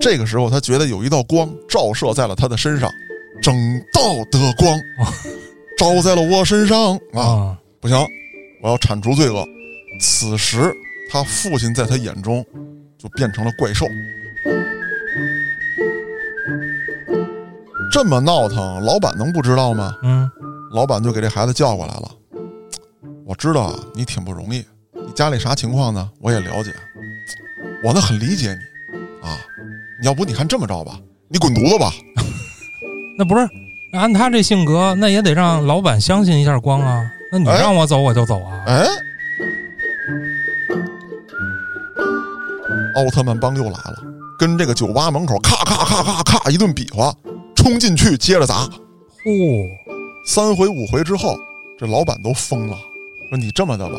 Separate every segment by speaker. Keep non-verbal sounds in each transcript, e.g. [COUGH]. Speaker 1: 这个时候，他觉得有一道光照射在了他的身上，整道的光照在了我身上啊！
Speaker 2: 啊，
Speaker 1: 不行，我要铲除罪恶。此时，他父亲在他眼中就变成了怪兽。这么闹腾，老板能不知道吗？
Speaker 2: 嗯
Speaker 1: 老板就给这孩子叫过来了。我知道啊，你挺不容易，你家里啥情况呢？我也了解，我呢很理解你啊。你要不你看这么着吧，你滚犊子吧。
Speaker 2: 那不是按他这性格，那也得让老板相信一下光啊。那你
Speaker 1: 哎
Speaker 2: 让我走我就走啊。
Speaker 1: 哎，奥特曼帮又来了，跟这个酒吧门口咔咔咔咔咔一顿比划，冲进去接着砸。
Speaker 2: 嚯、
Speaker 1: 哦三回五回之后，这老板都疯了，说你这么的吧，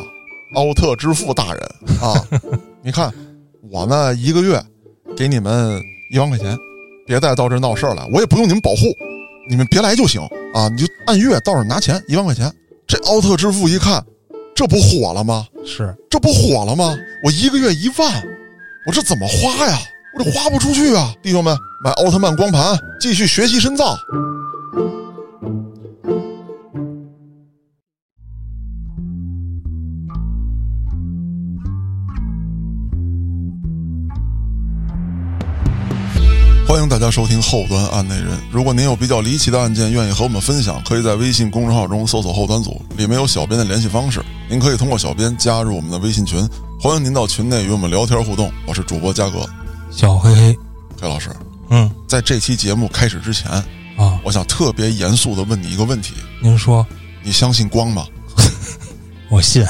Speaker 1: 奥特之父大人啊， [LAUGHS] 你看我呢一个月给你们一万块钱，别再到这儿闹事儿来，我也不用你们保护，你们别来就行啊，你就按月到这儿拿钱一万块钱。这奥特之父一看，这不火了吗？
Speaker 2: 是
Speaker 1: 这不火了吗？我一个月一万，我这怎么花呀？我这花不出去啊！弟兄们，买奥特曼光盘，继续学习深造。欢迎大家收听后端案内人。如果您有比较离奇的案件，愿意和我们分享，可以在微信公众号中搜索“后端组”，里面有小编的联系方式。您可以通过小编加入我们的微信群，欢迎您到群内与我们聊天互动。我是主播嘉哥，
Speaker 2: 小黑黑，
Speaker 1: 黑老师。
Speaker 2: 嗯
Speaker 1: 在这期节目开始之前，
Speaker 2: 啊，
Speaker 1: 我想特别严肃地问你一个问题：
Speaker 2: 您说
Speaker 1: 你相信光吗？
Speaker 2: 我信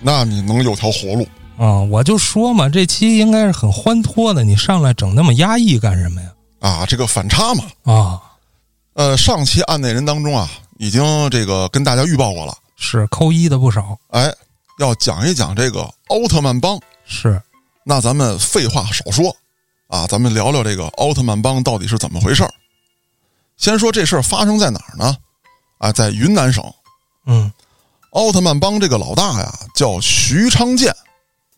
Speaker 1: 那你能有条活路。
Speaker 2: 啊，我就说嘛，这期应该是很欢脱的，你上来整那么压抑干什么呀？
Speaker 1: 啊，这个反差嘛。
Speaker 2: 啊，
Speaker 1: 呃，上期案内人当中啊，已经这个跟大家预报过了，
Speaker 2: 是扣一的不少，
Speaker 1: 哎，要讲一讲这个奥特曼帮。哎
Speaker 2: 是
Speaker 1: 那咱们废话少说，啊，咱们聊聊这个奥特曼帮到底是怎么回事儿。先说这事儿发生在哪儿呢？啊，在云南省，
Speaker 2: 嗯
Speaker 1: 奥特曼帮这个老大呀叫徐昌建，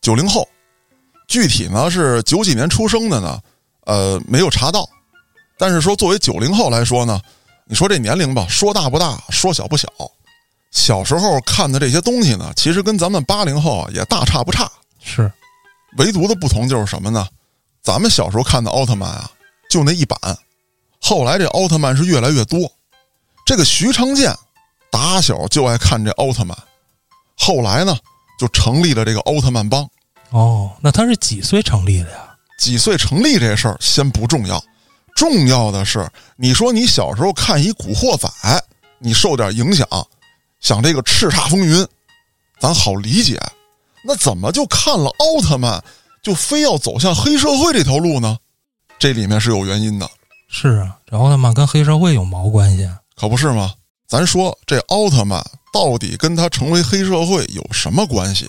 Speaker 1: 九零后，具体呢是九几年出生的呢，呃，没有查到。但是说作为九零后来说呢，你说这年龄吧，说大不大，说小不小。小时候看的这些东西呢，其实跟咱们八零后啊也大差不差。
Speaker 2: 是
Speaker 1: 唯独的不同就是什么呢？咱们小时候看的奥特曼啊，就那一版，后来这奥特曼是越来越多。这个徐昌建打小就爱看这奥特曼，后来呢就成立了这个奥特曼帮。
Speaker 2: 哦，那他是几岁成立的呀？
Speaker 1: 几岁成立这事儿先不重要，重要的是你说你小时候看一《古惑仔》，你受点影响，想这个叱咤风云，咱好理解。那怎么就看了奥特曼，就非要走向黑社会这条路呢？这里面是有原因的，
Speaker 2: 是啊，这奥特曼跟黑社会有毛关系啊？
Speaker 1: 可不是吗？咱说这奥特曼到底跟他成为黑社会有什么关系？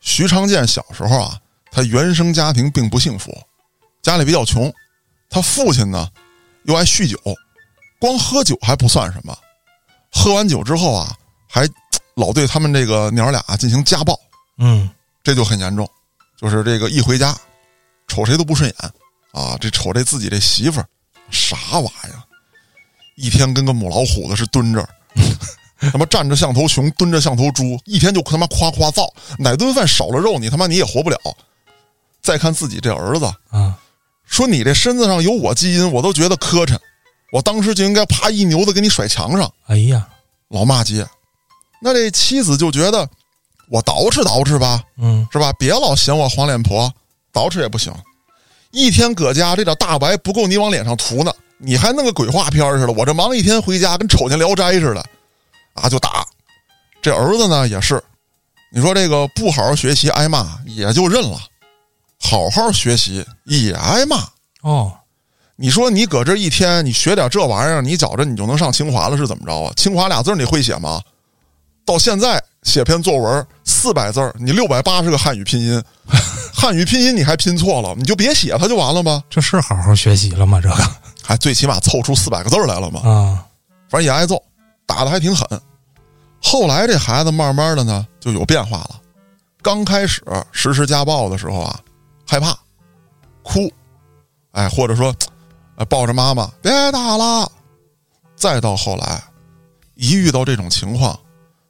Speaker 1: 徐长健小时候啊，他原生家庭并不幸福，家里比较穷，他父亲呢又爱酗酒，光喝酒还不算什么，喝完酒之后啊，还老对他们这个娘儿俩进行家暴，
Speaker 2: 嗯，
Speaker 1: 这就很严重，就是这个一回家，瞅谁都不顺眼啊，这瞅这自己这媳妇儿，啥玩意儿，一天跟个母老虎的是蹲着， [LAUGHS] 他妈站着像头熊，蹲着像头猪，一天就他妈夸夸造，哪顿饭少了肉，你他妈你也活不了。再看自己这儿子，
Speaker 2: 啊，
Speaker 1: 说你这身子上有我基因，我都觉得磕碜，我当时就应该啪一牛子给你甩墙上。
Speaker 2: 哎呀，
Speaker 1: 老骂街。那这妻子就觉得我捯饬捯饬吧，
Speaker 2: 嗯，
Speaker 1: 是吧？别老嫌我黄脸婆，捯饬也不行。一天搁家，这点大白不够你往脸上涂呢，你还弄个鬼话片儿似的。我这忙一天回家，跟瞅见《聊斋》似的，啊，就打。这儿子呢也是，你说这个不好好学习挨骂也就认了，好好学习也挨骂。
Speaker 2: 哦，
Speaker 1: 你说你搁这一天，你学点这玩意儿，你觉着你就能上清华了，是怎么着啊？清华俩字儿你会写吗？到现在写篇作文四百字儿，你六百八十个汉语拼音， [LAUGHS] 汉语拼音你还拼错了，你就别写它就完了吗？
Speaker 2: 这是好好学习了吗？这个
Speaker 1: 还最起码凑出四百个字儿来了嘛。
Speaker 2: 啊，
Speaker 1: 反正也挨揍，打的还挺狠。后来这孩子慢慢的呢就有变化了，刚开始实施家暴的时候啊，害怕，哭，哎，或者说，哎，抱着妈妈别打了。再到后来，一遇到这种情况，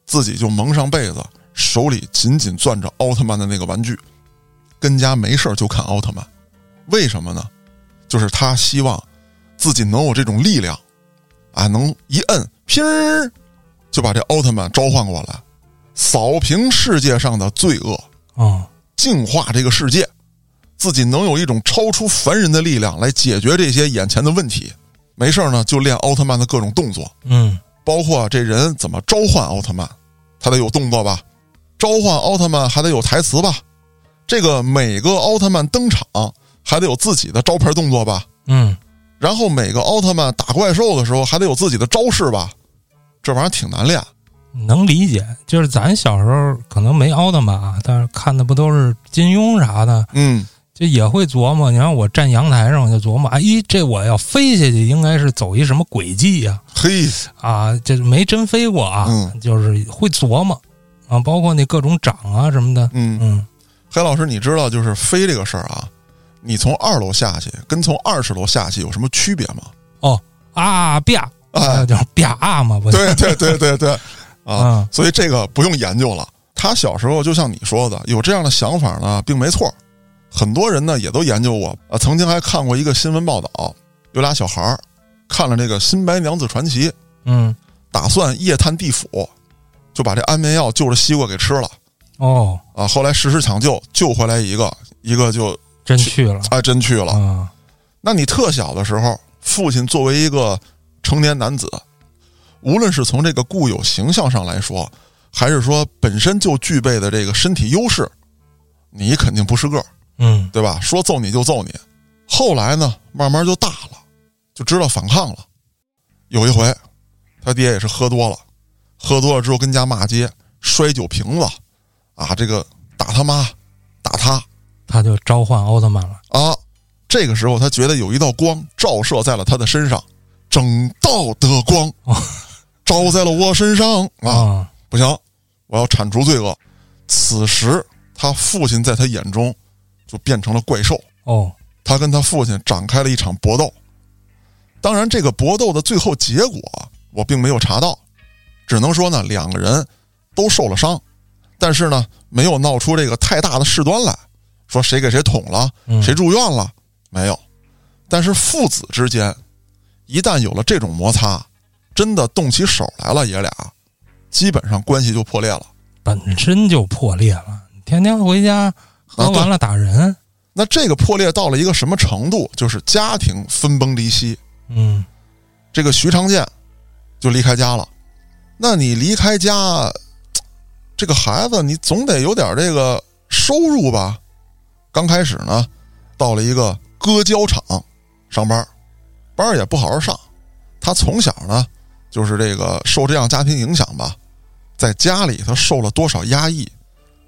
Speaker 1: 自己就蒙上被子，手里紧紧攥着奥特曼的那个玩具，跟家没事儿就看奥特曼。为什么呢？就是他希望自己能有这种力量，啊，能一摁，拼儿就把这奥特曼召唤过来，扫平世界上的罪恶，
Speaker 2: 啊，
Speaker 1: 净化这个世界，自己能有一种超出凡人的力量来解决这些眼前的问题。没事儿呢，就练奥特曼的各种动作，
Speaker 2: 嗯
Speaker 1: 包括这人怎么召唤奥特曼，他得有动作吧？召唤奥特曼还得有台词吧？这个每个奥特曼登场还得有自己的招牌动作吧？
Speaker 2: 嗯，
Speaker 1: 然后每个奥特曼打怪兽的时候还得有自己的招式吧？这玩意儿挺难练。
Speaker 2: 嗯能理解。就是咱小时候可能没奥特曼啊，但是看的不都是金庸啥的，
Speaker 1: 嗯，
Speaker 2: 就也会琢磨。你看我站阳台上，我就琢磨， [LAUGHS] 哎，这我要飞下去，应该是走一什么轨迹呀、
Speaker 1: 嘿，
Speaker 2: 啊，这没真飞过啊，
Speaker 1: 嗯
Speaker 2: 就是会琢磨啊，包括那各种掌啊什么的，
Speaker 1: 嗯，
Speaker 2: 嗯
Speaker 1: 黑老师，你知道就是飞这个事儿啊，你从二楼下去跟从二十楼下去有什么区别吗？
Speaker 2: 啊啪，
Speaker 1: 哎
Speaker 2: 啊，叫啪啊嘛，不是
Speaker 1: 对对对对对， [LAUGHS] 啊
Speaker 2: 嗯，
Speaker 1: 所以这个不用研究了。他小时候就像你说的，有这样的想法呢，并没错。很多人呢也都研究过啊，曾经还看过一个新闻报道，有俩小孩儿看了这个《新白娘子传奇》，
Speaker 2: 嗯
Speaker 1: 打算夜探地府，就把这安眠药就着西瓜给吃了
Speaker 2: 哦，
Speaker 1: 啊。后来实施抢救，救回来一个，一个就
Speaker 2: 真去了
Speaker 1: 哎真去了。
Speaker 2: 啊，
Speaker 1: 那你特小的时候，父亲作为一个成年男子，无论是从这个固有形象上来说，还是说本身就具备的这个身体优势，你肯定不是个儿，
Speaker 2: 嗯
Speaker 1: 对吧？说揍你就揍你。后来呢，慢慢就大了，就知道反抗了。有一回，他爹也是喝多了，喝多了之后跟家骂街，摔酒瓶子，啊，这个打他妈，打他，
Speaker 2: 他就召唤奥特曼了，
Speaker 1: 啊，这个时候他觉得有一道光照射在了他的身上，整道的光
Speaker 2: 哦
Speaker 1: 照在了我身上啊！
Speaker 2: 啊
Speaker 1: 不行，我要铲除罪恶。此时，他父亲在他眼中就变成了怪兽，
Speaker 2: 哦，
Speaker 1: 他跟他父亲展开了一场搏斗。当然，这个搏斗的最后结果我并没有查到，只能说呢，两个人都受了伤，但是呢，没有闹出这个太大的事端来，说谁给谁捅了，
Speaker 2: 嗯
Speaker 1: 谁住院了，没有。但是父子之间，一旦有了这种摩擦，真的动起手来了，爷俩基本上关系就破裂了。
Speaker 2: 本身就破裂了，天天回家喝完了打人，
Speaker 1: 那这个破裂到了一个什么程度？就是家庭分崩离析，
Speaker 2: 嗯
Speaker 1: 这个徐长健就离开家了。那你离开家，这个孩子你总得有点这个收入吧？刚开始呢，到了一个割胶厂上班，班儿也不好好上。他从小呢，就是这个受这样家庭影响吧，在家里他受了多少压抑，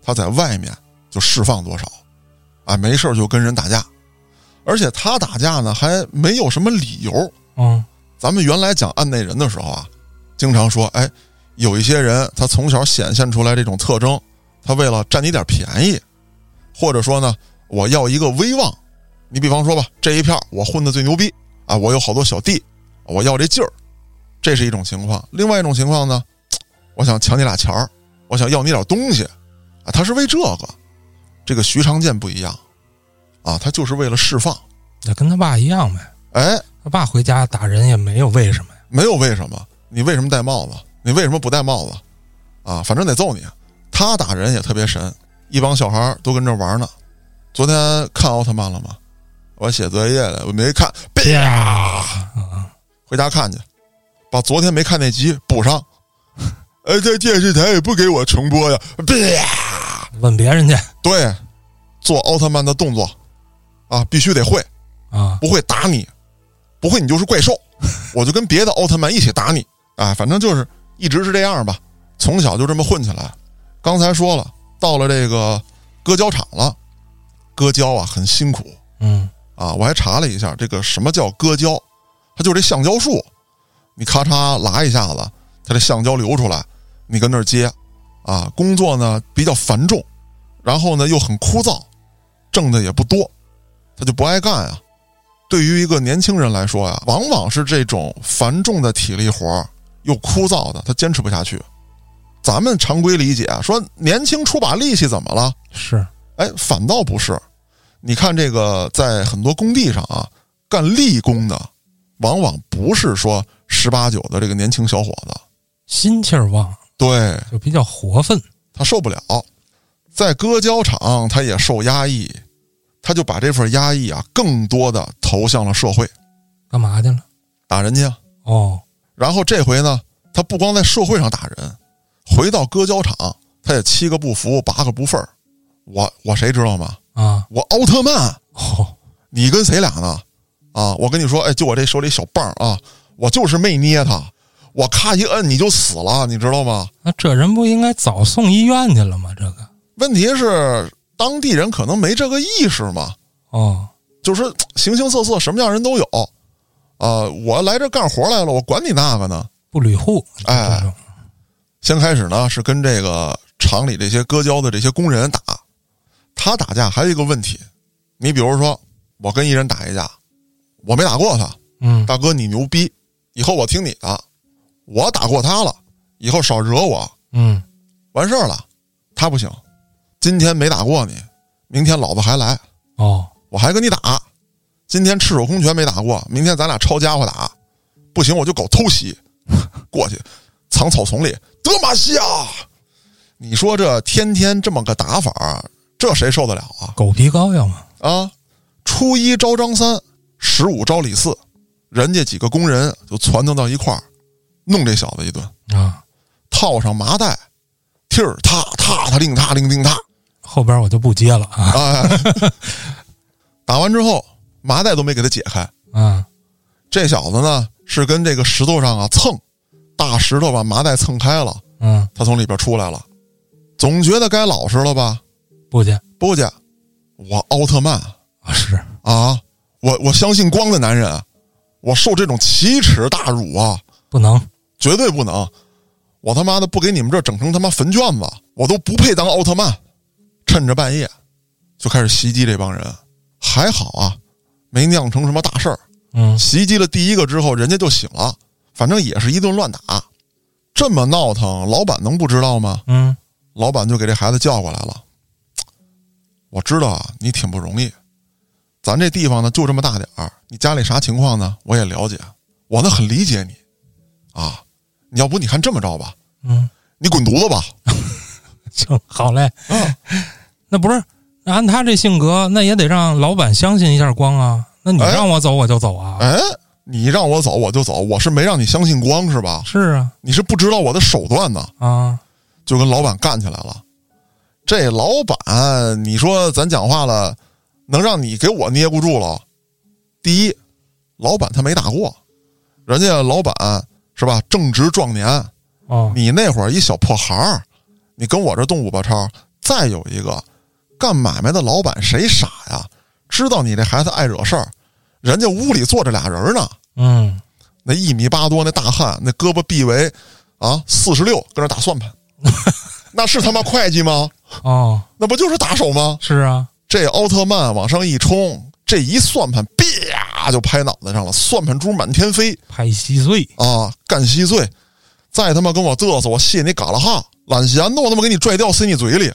Speaker 1: 他在外面就释放多少，啊，没事儿就跟人打架，而且他打架呢还没有什么理由，
Speaker 2: 嗯
Speaker 1: 咱们原来讲案内人的时候啊，经常说，哎，有一些人他从小显现出来这种特征，他为了占你点便宜，或者说呢，我要一个威望。你比方说吧，这一片儿我混的最牛逼啊，我有好多小弟，我要这劲儿，这是一种情况。另外一种情况呢，我想抢你俩钱儿，我想要你点东西啊，他是为这个。这个徐长健不一样啊，他就是为了释放。
Speaker 2: 也跟他爸一样呗，
Speaker 1: 哎，
Speaker 2: 他爸回家打人也没有为什么呀，
Speaker 1: 没有为什么，你为什么戴帽子？你为什么不戴帽子？啊，反正得揍你。他打人也特别神，一帮小孩儿都跟这玩呢。昨天看奥特曼了吗？我写作业了，我没看，别
Speaker 2: 哎呀，
Speaker 1: 回家看去，把昨天没看那集补上。哎，这电视台也不给我重播呀，别。
Speaker 2: 问别人去
Speaker 1: 对，做奥特曼的动作啊，必须得会，
Speaker 2: 啊，
Speaker 1: 不会打你，不会你就是怪兽，我就跟别的奥特曼一起打你啊！反正就是一直是这样吧，从小就这么混起来。刚才说了，到了这个割胶厂了，割胶啊很辛苦
Speaker 2: 嗯
Speaker 1: 啊！我还查了一下，这个什么叫割胶，它就是这橡胶树，你咔嚓拉一下子，它这橡胶流出来，你跟那儿接啊。工作呢比较繁重，然后呢又很枯燥，挣的也不多，他就不爱干啊。对于一个年轻人来说呀、往往是这种繁重的体力活儿又枯燥的，他坚持不下去。咱们常规理解啊说年轻出把力气怎么了？
Speaker 2: 是
Speaker 1: 哎，反倒不是。你看这个，在很多工地上啊，干力工的，往往不是说十八九的这个年轻小伙子，
Speaker 2: 心气儿旺，
Speaker 1: 对
Speaker 2: 就比较活分。
Speaker 1: 他受不了，在割胶厂他也受压抑，他就把这份压抑啊，更多的投向了社会，
Speaker 2: 干嘛去了？
Speaker 1: 打人去啊。
Speaker 2: 哦，
Speaker 1: 然后这回呢，他不光在社会上打人，回到割胶厂，他也七个不服，八个不忿儿。我我谁知道吗？
Speaker 2: 啊，
Speaker 1: 我奥特曼。
Speaker 2: 哦，
Speaker 1: 你跟谁俩呢？啊，我跟你说，哎，就我这手里小棒儿啊，我就是没捏它，我咔一摁你就死了，你知道吗？
Speaker 2: 那这人不应该早送医院去了吗？这个，
Speaker 1: 问题是当地人可能没这个意识嘛，
Speaker 2: 哦，
Speaker 1: 就是嘖形形色色，什么样人都有。啊，我来这干活来了，我管你那个呢。
Speaker 2: 不捋户，
Speaker 1: 哎
Speaker 2: 这种，
Speaker 1: 先开始呢是跟这个厂里这些割胶的这些工人打，他打架还有一个问题，你比如说我跟一人打一架，我没打过他，
Speaker 2: 嗯，
Speaker 1: 大哥你牛逼，以后我听你的，我打过他了，以后少惹我，
Speaker 2: 嗯，
Speaker 1: 完事儿了。他不行，今天没打过你，明天老子还来，
Speaker 2: 哦，
Speaker 1: 我还跟你打。今天赤手空拳没打过，明天咱俩抄家伙打，不行我就搞偷袭，过去藏草丛里德玛西亚。你说这天天这么个打法，这谁受得了啊？
Speaker 2: 狗皮膏药嘛，
Speaker 1: 啊，初一招张三，十五招李四，人家几个工人就撺掇到一块儿，弄这小子一顿，
Speaker 2: 啊，
Speaker 1: 套上麻袋，踢儿踏踏踏令踏令令踏，
Speaker 2: 后边我就不接了啊，
Speaker 1: 哎， [LAUGHS] 打完之后麻袋都没给他解开，
Speaker 2: 啊，
Speaker 1: 这小子呢是跟这个石头上啊蹭，大石头把麻袋蹭开了，
Speaker 2: 嗯，
Speaker 1: 他从里边出来了，总觉得该老实了吧？
Speaker 2: 不接，
Speaker 1: 不去，我奥特曼。
Speaker 2: 啊是，
Speaker 1: 啊，我我相信光的男人，啊我受这种奇耻大辱啊，
Speaker 2: 不能，
Speaker 1: 绝对不能！我他妈的不给你们这整成他妈坟圈子，我都不配当奥特曼！趁着半夜就开始袭击这帮人，还好啊，没酿成什么大事儿。
Speaker 2: 嗯，
Speaker 1: 袭击了第一个之后，人家就醒了，反正也是一顿乱打。这么闹腾，老板能不知道吗？
Speaker 2: 嗯， [LAUGHS]
Speaker 1: 老板就给这孩子叫过来了。我知道啊，你挺不容易，咱这地方呢就这么大点儿，你家里啥情况呢？我也了解，我呢很理解你，啊，你要不你看这么着吧，
Speaker 2: 嗯，
Speaker 1: 你滚犊子吧，
Speaker 2: 行，好嘞，
Speaker 1: 嗯
Speaker 2: 那不是，那按他这性格，那也得让老板相信一下光啊，那你
Speaker 1: 哎
Speaker 2: 让我走我就走啊，
Speaker 1: 哎，你让我走我就走，我是没让你相信光是吧？
Speaker 2: 是啊，
Speaker 1: 你是不知道我的手段呢，
Speaker 2: 啊，
Speaker 1: 就跟老板干起来了。这老板，你说咱讲话了，能让你给我捏不住了？第一，老板他没打过，人家老板是吧？正值壮年，
Speaker 2: 哦，
Speaker 1: 你那会儿一小破孩儿，你跟我这动五八超。再有一个，干买卖的老板谁傻呀？知道你这孩子爱惹事儿，人家屋里坐着俩人呢，
Speaker 2: 嗯，
Speaker 1: 那一米八多那大汉，那胳膊臂围啊四十六，跟那打算盘，那是他妈会计吗？
Speaker 2: 哦，
Speaker 1: 那不就是打手吗？
Speaker 2: 是啊，
Speaker 1: 这奥特曼往上一冲，这一算盘，啪就拍脑袋上了，算盘珠满天飞
Speaker 2: 拍稀碎，
Speaker 1: 啊！干稀碎，再他妈跟我嘚瑟，我卸你嘎啦哈！懒闲的，我他妈给你拽掉，塞你嘴里！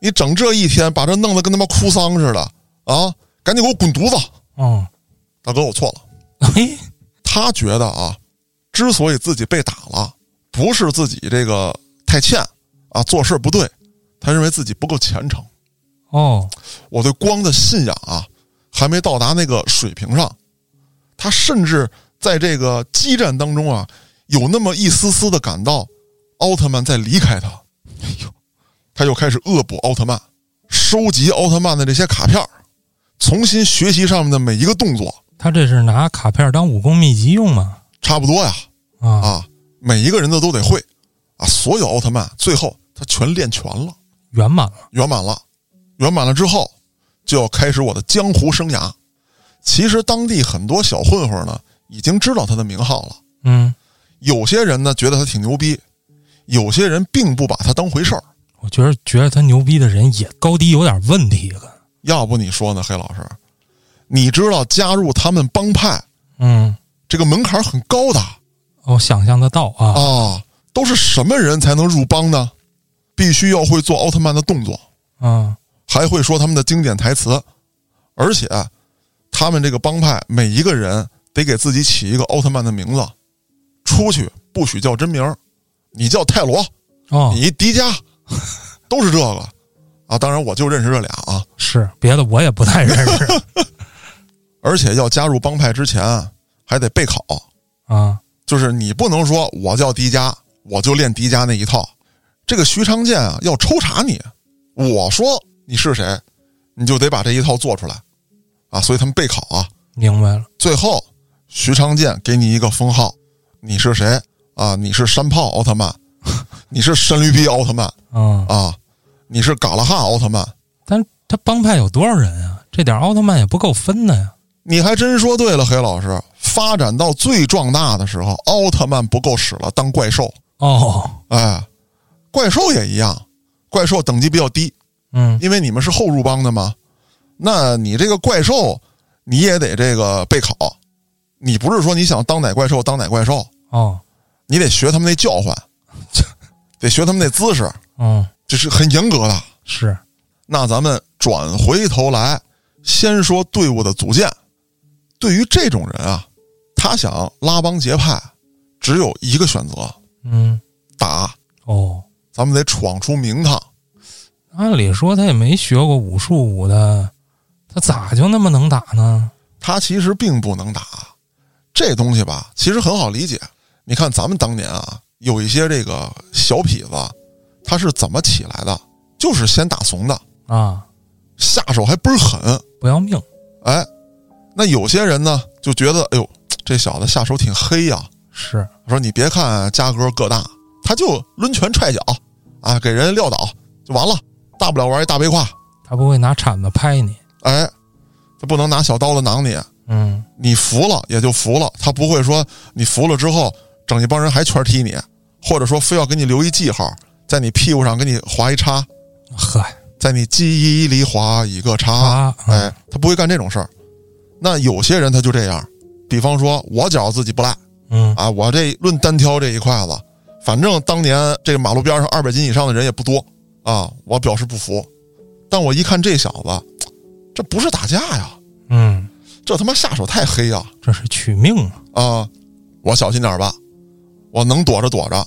Speaker 1: 你整这一天，把这弄得跟他妈哭丧似的啊！赶紧给我滚犊子！
Speaker 2: 哦，哎
Speaker 1: 大哥，我错了。
Speaker 2: 嘿、
Speaker 1: 他觉得啊，之所以自己被打了，不是自己这个太欠啊，做事不对，他认为自己不够虔诚。
Speaker 2: 哦，
Speaker 1: 我对光的信仰啊，还没到达那个水平上。他甚至在这个激战当中啊，有那么一丝丝的感到奥特曼在离开他。哎呦，他又开始恶补奥特曼，收集奥特曼的这些卡片儿，重新学习上面的每一个动作，
Speaker 2: 他这是拿卡片当武功秘籍用吗？
Speaker 1: 差不多呀。
Speaker 2: 啊，
Speaker 1: 啊，每一个人的都得会啊，所有奥特曼最后他全练全了，
Speaker 2: 圆满了，
Speaker 1: 圆满了，圆满了之后就要开始我的江湖生涯。其实当地很多小混混呢已经知道他的名号了，
Speaker 2: 嗯，
Speaker 1: 有些人呢觉得他挺牛逼，有些人并不把他当回事儿。
Speaker 2: 我觉得觉得他牛逼的人也高低有点问题，
Speaker 1: 要不你说呢，黑老师？你知道加入他们帮派
Speaker 2: 嗯，
Speaker 1: 这个门槛很高的
Speaker 2: 我想象得到啊，
Speaker 1: 啊，都是什么人才能入帮呢？必须要会做奥特曼的动作，
Speaker 2: 嗯
Speaker 1: 还会说他们的经典台词，而且啊他们这个帮派每一个人得给自己起一个奥特曼的名字，出去不许叫真名儿，你叫泰罗，
Speaker 2: 哦，
Speaker 1: 你迪迦，都是这个啊。当然，我就认识这俩啊。
Speaker 2: 是别的我也不太认
Speaker 1: [LAUGHS]
Speaker 2: 识
Speaker 1: 而且要加入帮派之前还得备考，
Speaker 2: 啊，
Speaker 1: 就是你不能说我叫迪迦，我就练迪迦那一套。这个徐长健啊，要抽查你，我说你是谁，你就得把这一套做出来啊。所以他们备考啊，
Speaker 2: 明白了，
Speaker 1: 最后，徐长健给你一个封号，你是谁啊？你是山炮奥特曼， [LAUGHS] 你是神驴皮奥特曼
Speaker 2: 嗯，
Speaker 1: 啊？你是嘎拉哈奥特曼？
Speaker 2: 但他帮派有多少人啊？这点奥特曼也不够分的呀，
Speaker 1: 你还真说对了，黑老师。发展到最壮大的时候，奥特曼不够使了，当怪兽。
Speaker 2: 哦，
Speaker 1: 哎，怪兽也一样，怪兽等级比较低，
Speaker 2: 嗯，
Speaker 1: 因为你们是后入帮的嘛。那你这个怪兽，你也得这个备考。你不是说你想当哪怪兽当哪怪兽，
Speaker 2: 哦，
Speaker 1: 你得学他们那叫唤，得学他们那姿势，
Speaker 2: 嗯，
Speaker 1: 这是很严格的。
Speaker 2: 是，
Speaker 1: 那咱们转回头来，先说队伍的组建。对于这种人啊，他想拉帮结派，只有一个选择：
Speaker 2: 嗯，
Speaker 1: 打。
Speaker 2: 哦，
Speaker 1: 咱们得闯出名堂。
Speaker 2: 按理说他也没学过武术武的，他咋就那么能打呢？
Speaker 1: 他其实并不能打，这东西吧，其实很好理解。你看咱们当年啊，有一些这个小痞子，他是怎么起来的？就是先打怂的，
Speaker 2: 啊，
Speaker 1: 下手还倍儿狠。
Speaker 2: 不要命，
Speaker 1: 哎，那有些人呢就觉得，哎呦，这小子下手挺黑呀、
Speaker 2: 是，
Speaker 1: 说你别看嘉哥个大，他就抡拳踹脚啊，给人撂倒就完了，大不了玩一大背胯。
Speaker 2: 他不会拿铲子拍你，
Speaker 1: 哎，他不能拿小刀子攮你，
Speaker 2: 嗯，
Speaker 1: 你服了也就服了，他不会说你服了之后整一帮人还圈踢你，或者说非要给你留一记号，在你屁股上给你划一叉，
Speaker 2: 嗨，
Speaker 1: 在你记忆里划一个叉。
Speaker 2: 啊，嗯
Speaker 1: 哎，他不会干这种事儿。那有些人他就这样，比方说我觉着自己不赖
Speaker 2: 嗯，
Speaker 1: 啊，我这论单挑这一块子，反正当年这马路边上二百斤以上的人也不多啊，我表示不服。但我一看这小子，这不是打架呀，
Speaker 2: 嗯，
Speaker 1: 这他妈下手太黑啊呀
Speaker 2: 这是取命啊，
Speaker 1: 啊！我小心点儿吧，我能躲着躲着。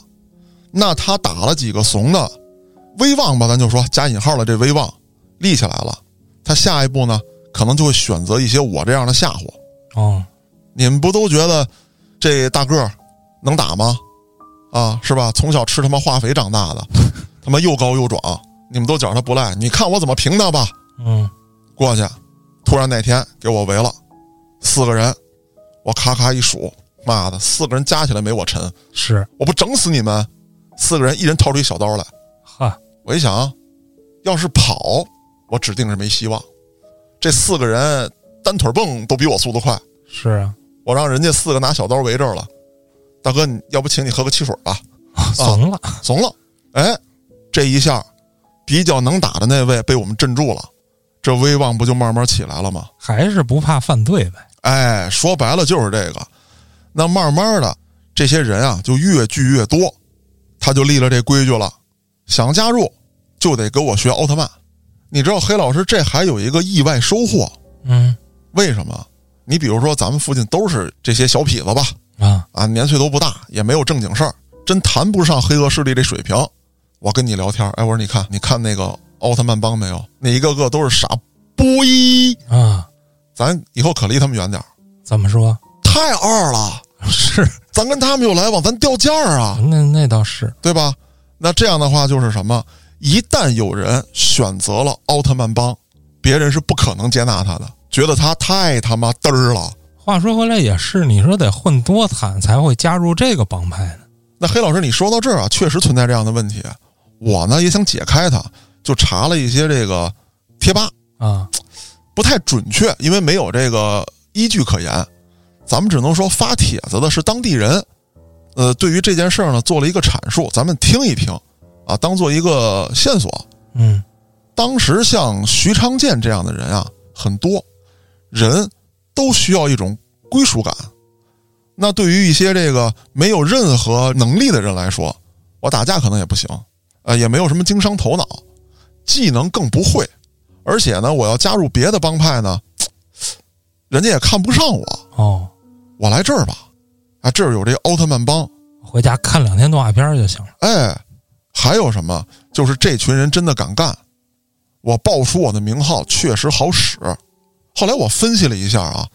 Speaker 1: 那他打了几个怂的威望吧，咱就说加引号的这威望立起来了，他下一步呢，可能就会选择一些我这样的吓唬。
Speaker 2: 哦，
Speaker 1: 你们不都觉得这大个儿能打吗？啊，是吧？从小吃他妈化肥长大的，他妈又高又壮，你们都觉着他不赖。你看我怎么平他吧。
Speaker 2: 嗯，
Speaker 1: 过去，突然那天给我围了四个人，我咔咔一数，妈的，四个人加起来没我沉，
Speaker 2: 是，
Speaker 1: 我不整死你们！四个人一人掏出一小刀来，
Speaker 2: 哈，
Speaker 1: 我一想，要是跑，我指定是没希望。这四个人单腿蹦都比我速度快，
Speaker 2: 是啊，
Speaker 1: 我让人家四个拿小刀围这儿了。大哥，你要不请你喝个汽水吧？
Speaker 2: 怂了，
Speaker 1: 怂了，哎，这一下比较能打的那位被我们镇住了，这威望不就慢慢起来了吗？
Speaker 2: 还是不怕犯罪呗，
Speaker 1: 哎，说白了就是这个。那慢慢的，这些人啊就越聚越多，他就立了这规矩了，想加入就得给我学奥特曼。你知道黑老师这还有一个意外收获，
Speaker 2: 嗯，
Speaker 1: 为什么？你比如说咱们附近都是这些小痞子吧，
Speaker 2: 啊，
Speaker 1: 啊，年岁都不大，也没有正经事儿，真谈不上黑恶势力这水平。我跟你聊天，哎，我说你看，你看那个奥特曼帮没有？那一个个都是傻波一，
Speaker 2: 啊，
Speaker 1: 咱以后可离他们远点儿，
Speaker 2: 怎么说？ [LAUGHS]
Speaker 1: 太二了。
Speaker 2: 是，
Speaker 1: 咱跟他们有来往，咱掉价儿啊，
Speaker 2: 那那倒是，
Speaker 1: 对吧？那这样的话就是什么？一旦有人选择了奥特曼帮，别人是不可能接纳他的，觉得他太他妈嘚儿了。
Speaker 2: 话说回来也是，你说得混多惨才会加入这个帮派呢？
Speaker 1: 那黑老师，你说到这儿啊，确实存在这样的问题。我呢也想解开它，就查了一些这个贴吧，
Speaker 2: 啊，
Speaker 1: 不太准确，因为没有这个依据可言。咱们只能说发帖子的是当地人，呃，对于这件事儿呢做了一个阐述，咱们听一听，啊，当做一个线索。
Speaker 2: 嗯
Speaker 1: 当时像徐昌建这样的人啊很多，人都需要一种归属感。那对于一些这个没有任何能力的人来说，我打架可能也不行，呃，也没有什么经商头脑，技能更不会，而且呢，我要加入别的帮派呢，人家也看不上我，
Speaker 2: 哦，
Speaker 1: 我来这儿吧，啊，这儿有这个奥特曼帮，
Speaker 2: 回家看两天动画片儿就行了。
Speaker 1: 哎，还有什么？就是这群人真的敢干，我报出我的名号确实好使。后来我分析了一下啊，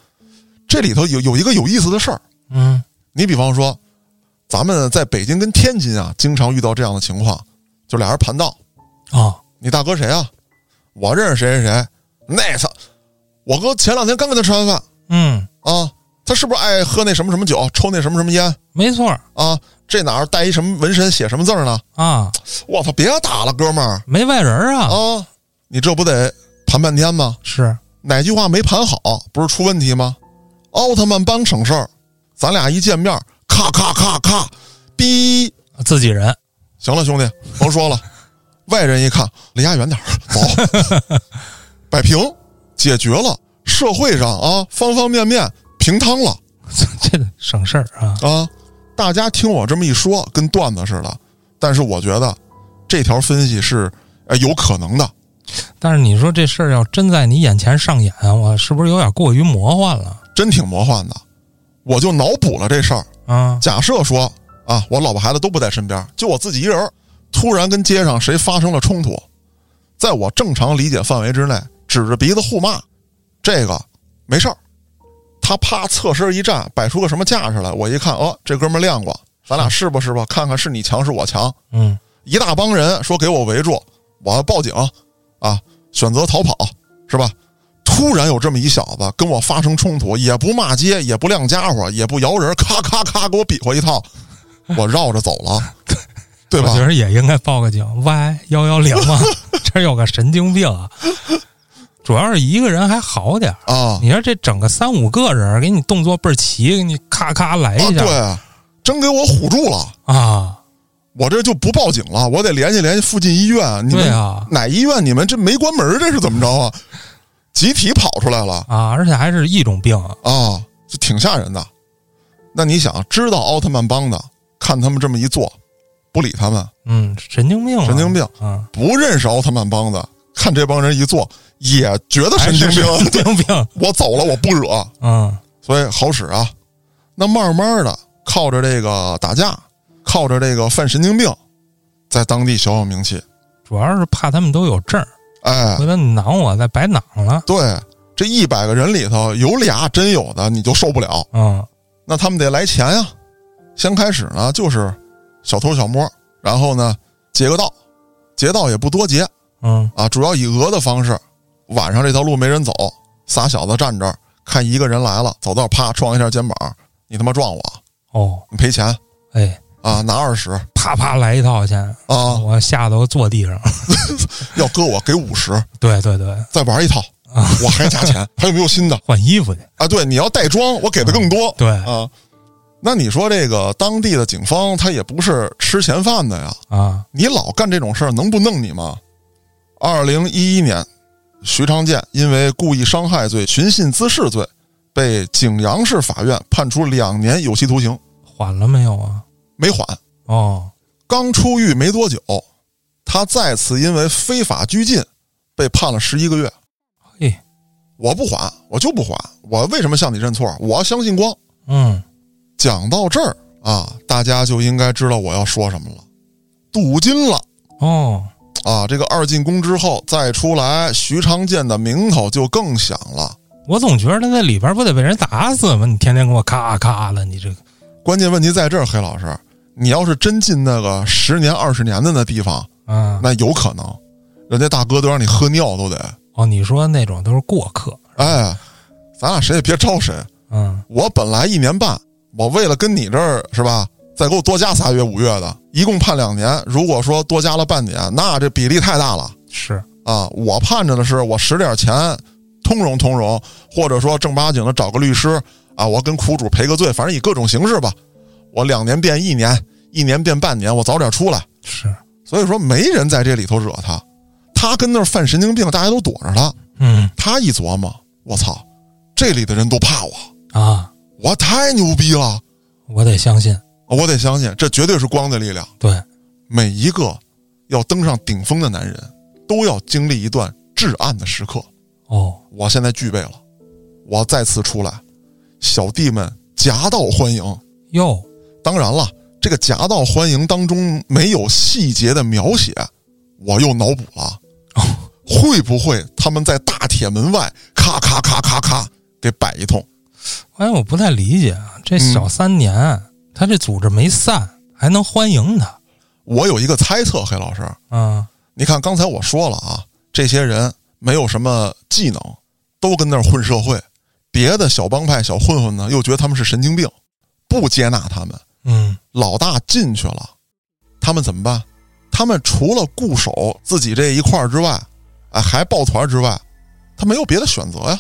Speaker 1: 这里头有有一个有意思的事儿。
Speaker 2: 嗯
Speaker 1: 你比方说，咱们在北京跟天津啊，经常遇到这样的情况，就俩人盘道，
Speaker 2: 哦，
Speaker 1: 你大哥谁啊？我认识谁谁谁，那操，我哥前两天刚跟他吃完饭
Speaker 2: 嗯，
Speaker 1: 啊，他是不是爱喝那什么什么酒，抽那什么什么烟
Speaker 2: 没错儿
Speaker 1: 啊？这哪儿带一什么纹身，写什么字儿呢？
Speaker 2: 啊，
Speaker 1: 我操，别打了，哥们儿！
Speaker 2: 没外人儿啊，
Speaker 1: 啊，你这不得盘半天吗？
Speaker 2: 是
Speaker 1: 哪句话没盘好，不是出问题吗？奥特曼帮省事儿，咱俩一见面，咔咔咔咔，逼，
Speaker 2: 自己人。 [LAUGHS]
Speaker 1: 行了，兄弟，甭说了。外人一看，离家远点儿，走，摆平，解决了。社会上啊，方方面面平摊了
Speaker 2: 这个省事儿啊。
Speaker 1: 啊。大家听我这么一说，跟段子似的。但是我觉得这条分析是呃有可能的，
Speaker 2: 但是你说这事儿要真在你眼前上演，我是不是有点过于魔幻了
Speaker 1: 真挺魔幻的。我就脑补了这事儿，
Speaker 2: 啊？
Speaker 1: 假设说啊，我老婆孩子都不在身边，就我自己一人儿，突然跟街上谁发生了冲突，在我正常理解范围之内，指着鼻子互骂，这个没事儿。他啪侧身一站，摆出个什么架势来，我一看，哦，这哥们儿练过，咱俩试吧试吧，看看是你强是我强。
Speaker 2: 嗯，
Speaker 1: 一大帮人说给我围住，我要报警啊，选择逃跑是吧？突然有这么一小子跟我发生冲突，也不骂街，也不亮家伙，也不摇人，咔咔咔给我比划一套，我绕着走了，对
Speaker 2: 我
Speaker 1: 吧
Speaker 2: 觉？得也应该报个警，Y 幺幺零
Speaker 1: [LAUGHS]
Speaker 2: 啊，这有个神经病啊。主要是一个人还好点儿，
Speaker 1: 啊
Speaker 2: 你说这整个三五个人儿给你动作倍儿齐，给你咔咔来
Speaker 1: 啊，
Speaker 2: 一下
Speaker 1: 对，真给我唬住了，
Speaker 2: 啊
Speaker 1: 我这就不报警了，我得联系联系附近医院。你们
Speaker 2: 对啊
Speaker 1: 哪医院？你们这没关门，这是怎么着啊？集体跑出来了。
Speaker 2: 啊！而且还是一种病啊，
Speaker 1: 啊，就挺吓人的。那你想知道奥特曼帮的，看他们这么一做，不理他们，
Speaker 2: 嗯，神经病、啊，
Speaker 1: 神经病 [LAUGHS]
Speaker 2: 啊，
Speaker 1: 不认识奥特曼帮的，看这帮人一做，也觉得
Speaker 2: 还
Speaker 1: 神经
Speaker 2: 是
Speaker 1: 病。
Speaker 2: 神经病，
Speaker 1: 我走了，我不惹，
Speaker 2: 嗯
Speaker 1: 所以好使啊。那慢慢的，靠着这个打架，靠着这个犯神经病，在当地小有名气。
Speaker 2: 主要是怕他们都有证儿，
Speaker 1: 哎，
Speaker 2: 回头你囊我再白囊了，
Speaker 1: 对，这一百个人里头有俩真有的，你就受不了。
Speaker 2: 嗯
Speaker 1: 那他们得来钱呀。先开始呢，就是小偷小摸，然后呢劫个道，劫道也不多劫
Speaker 2: 嗯
Speaker 1: 啊，主要以讹的方式。晚上这条路没人走，仨小子站这儿，看一个人来了，走道啪撞一下肩膀，你他妈撞我，
Speaker 2: 哦，
Speaker 1: 你赔钱
Speaker 2: 哎，
Speaker 1: 啊，拿二十 [LAUGHS]
Speaker 2: 啪啪来一套先，
Speaker 1: 啊，
Speaker 2: 我吓得我坐地上。
Speaker 1: 要搁我给五十，
Speaker 2: 对对对，
Speaker 1: 再玩一套，我还加钱，还有没有新的
Speaker 2: 换衣服去。
Speaker 1: 啊？对，你要带装，我给的更多
Speaker 2: 对
Speaker 1: 啊。那你说这个当地的警方他也不是吃闲饭的呀，
Speaker 2: 啊，
Speaker 1: 你老干这种事儿，能不弄你吗？二零一一年，徐长健因为故意伤害罪、寻衅滋事罪，被景阳市法院判处两年有期徒刑，
Speaker 2: 缓了没有啊？
Speaker 1: 没缓。
Speaker 2: 哦，
Speaker 1: 刚出狱没多久，他再次因为非法拘禁被判了十一个月。
Speaker 2: 嘿，
Speaker 1: 我不缓，我就不缓。我为什么向你认错？我要相信光。
Speaker 2: 嗯，
Speaker 1: 讲到这儿啊，大家就应该知道我要说什么了，镀金了。
Speaker 2: 哦，
Speaker 1: 啊，这个二进宫之后再出来，徐长健的名头就更响了。
Speaker 2: 我总觉得他在里边不得被人打死吗？你天天跟我咔咔的，你这个
Speaker 1: 关键问题在这儿，黑老师，你要是真进那个十年、二十年的那地方，
Speaker 2: 啊，
Speaker 1: 那有可能，人家大哥都让你喝尿都得。
Speaker 2: 哦，你说那种都是过客，
Speaker 1: 哎，咱俩谁也别招谁。
Speaker 2: 嗯，
Speaker 1: 我本来一年半，我为了跟你这儿是吧，再给我多加仨月五月的，一共判两年。如果说多加了半年，那这比例太大了。
Speaker 2: 是，
Speaker 1: 啊，我盼着的是我使点钱，通融通融，或者说正八经的找个律师啊，我跟苦主赔个罪，反正以各种形式吧，我两年变一年，一年变半年，我早点出来。
Speaker 2: 是，
Speaker 1: 所以说没人在这里头惹他，他跟那儿犯神经病，大家都躲着他。
Speaker 2: 嗯
Speaker 1: 他一琢磨，我操，这里的人都怕我，
Speaker 2: 啊，
Speaker 1: 我太牛逼了，
Speaker 2: 我得相信，
Speaker 1: 我得相信，这绝对是光的力量。
Speaker 2: 对，
Speaker 1: 每一个要登上顶峰的男人，都要经历一段至暗的时刻。
Speaker 2: 哦，
Speaker 1: 我现在具备了，我再次出来，小弟们夹道欢迎。
Speaker 2: 哟，
Speaker 1: 当然了，这个夹道欢迎当中没有细节的描写，我又脑补了，会不会他们在大铁门外咔咔咔咔咔给摆一通？
Speaker 2: 哎，我不太理解啊，这小三年、他这组织没散，还能欢迎他
Speaker 1: 我有一个猜测，黑老师，
Speaker 2: 啊？
Speaker 1: 你看刚才我说了啊，这些人没有什么技能，都跟那儿混社会，别的小帮派小混混呢又觉得他们是神经病，不接纳他们。
Speaker 2: 嗯，
Speaker 1: 老大进去了，他们怎么办？他们除了固守自己这一块儿之外，哎，还抱团之外，他没有别的选择呀。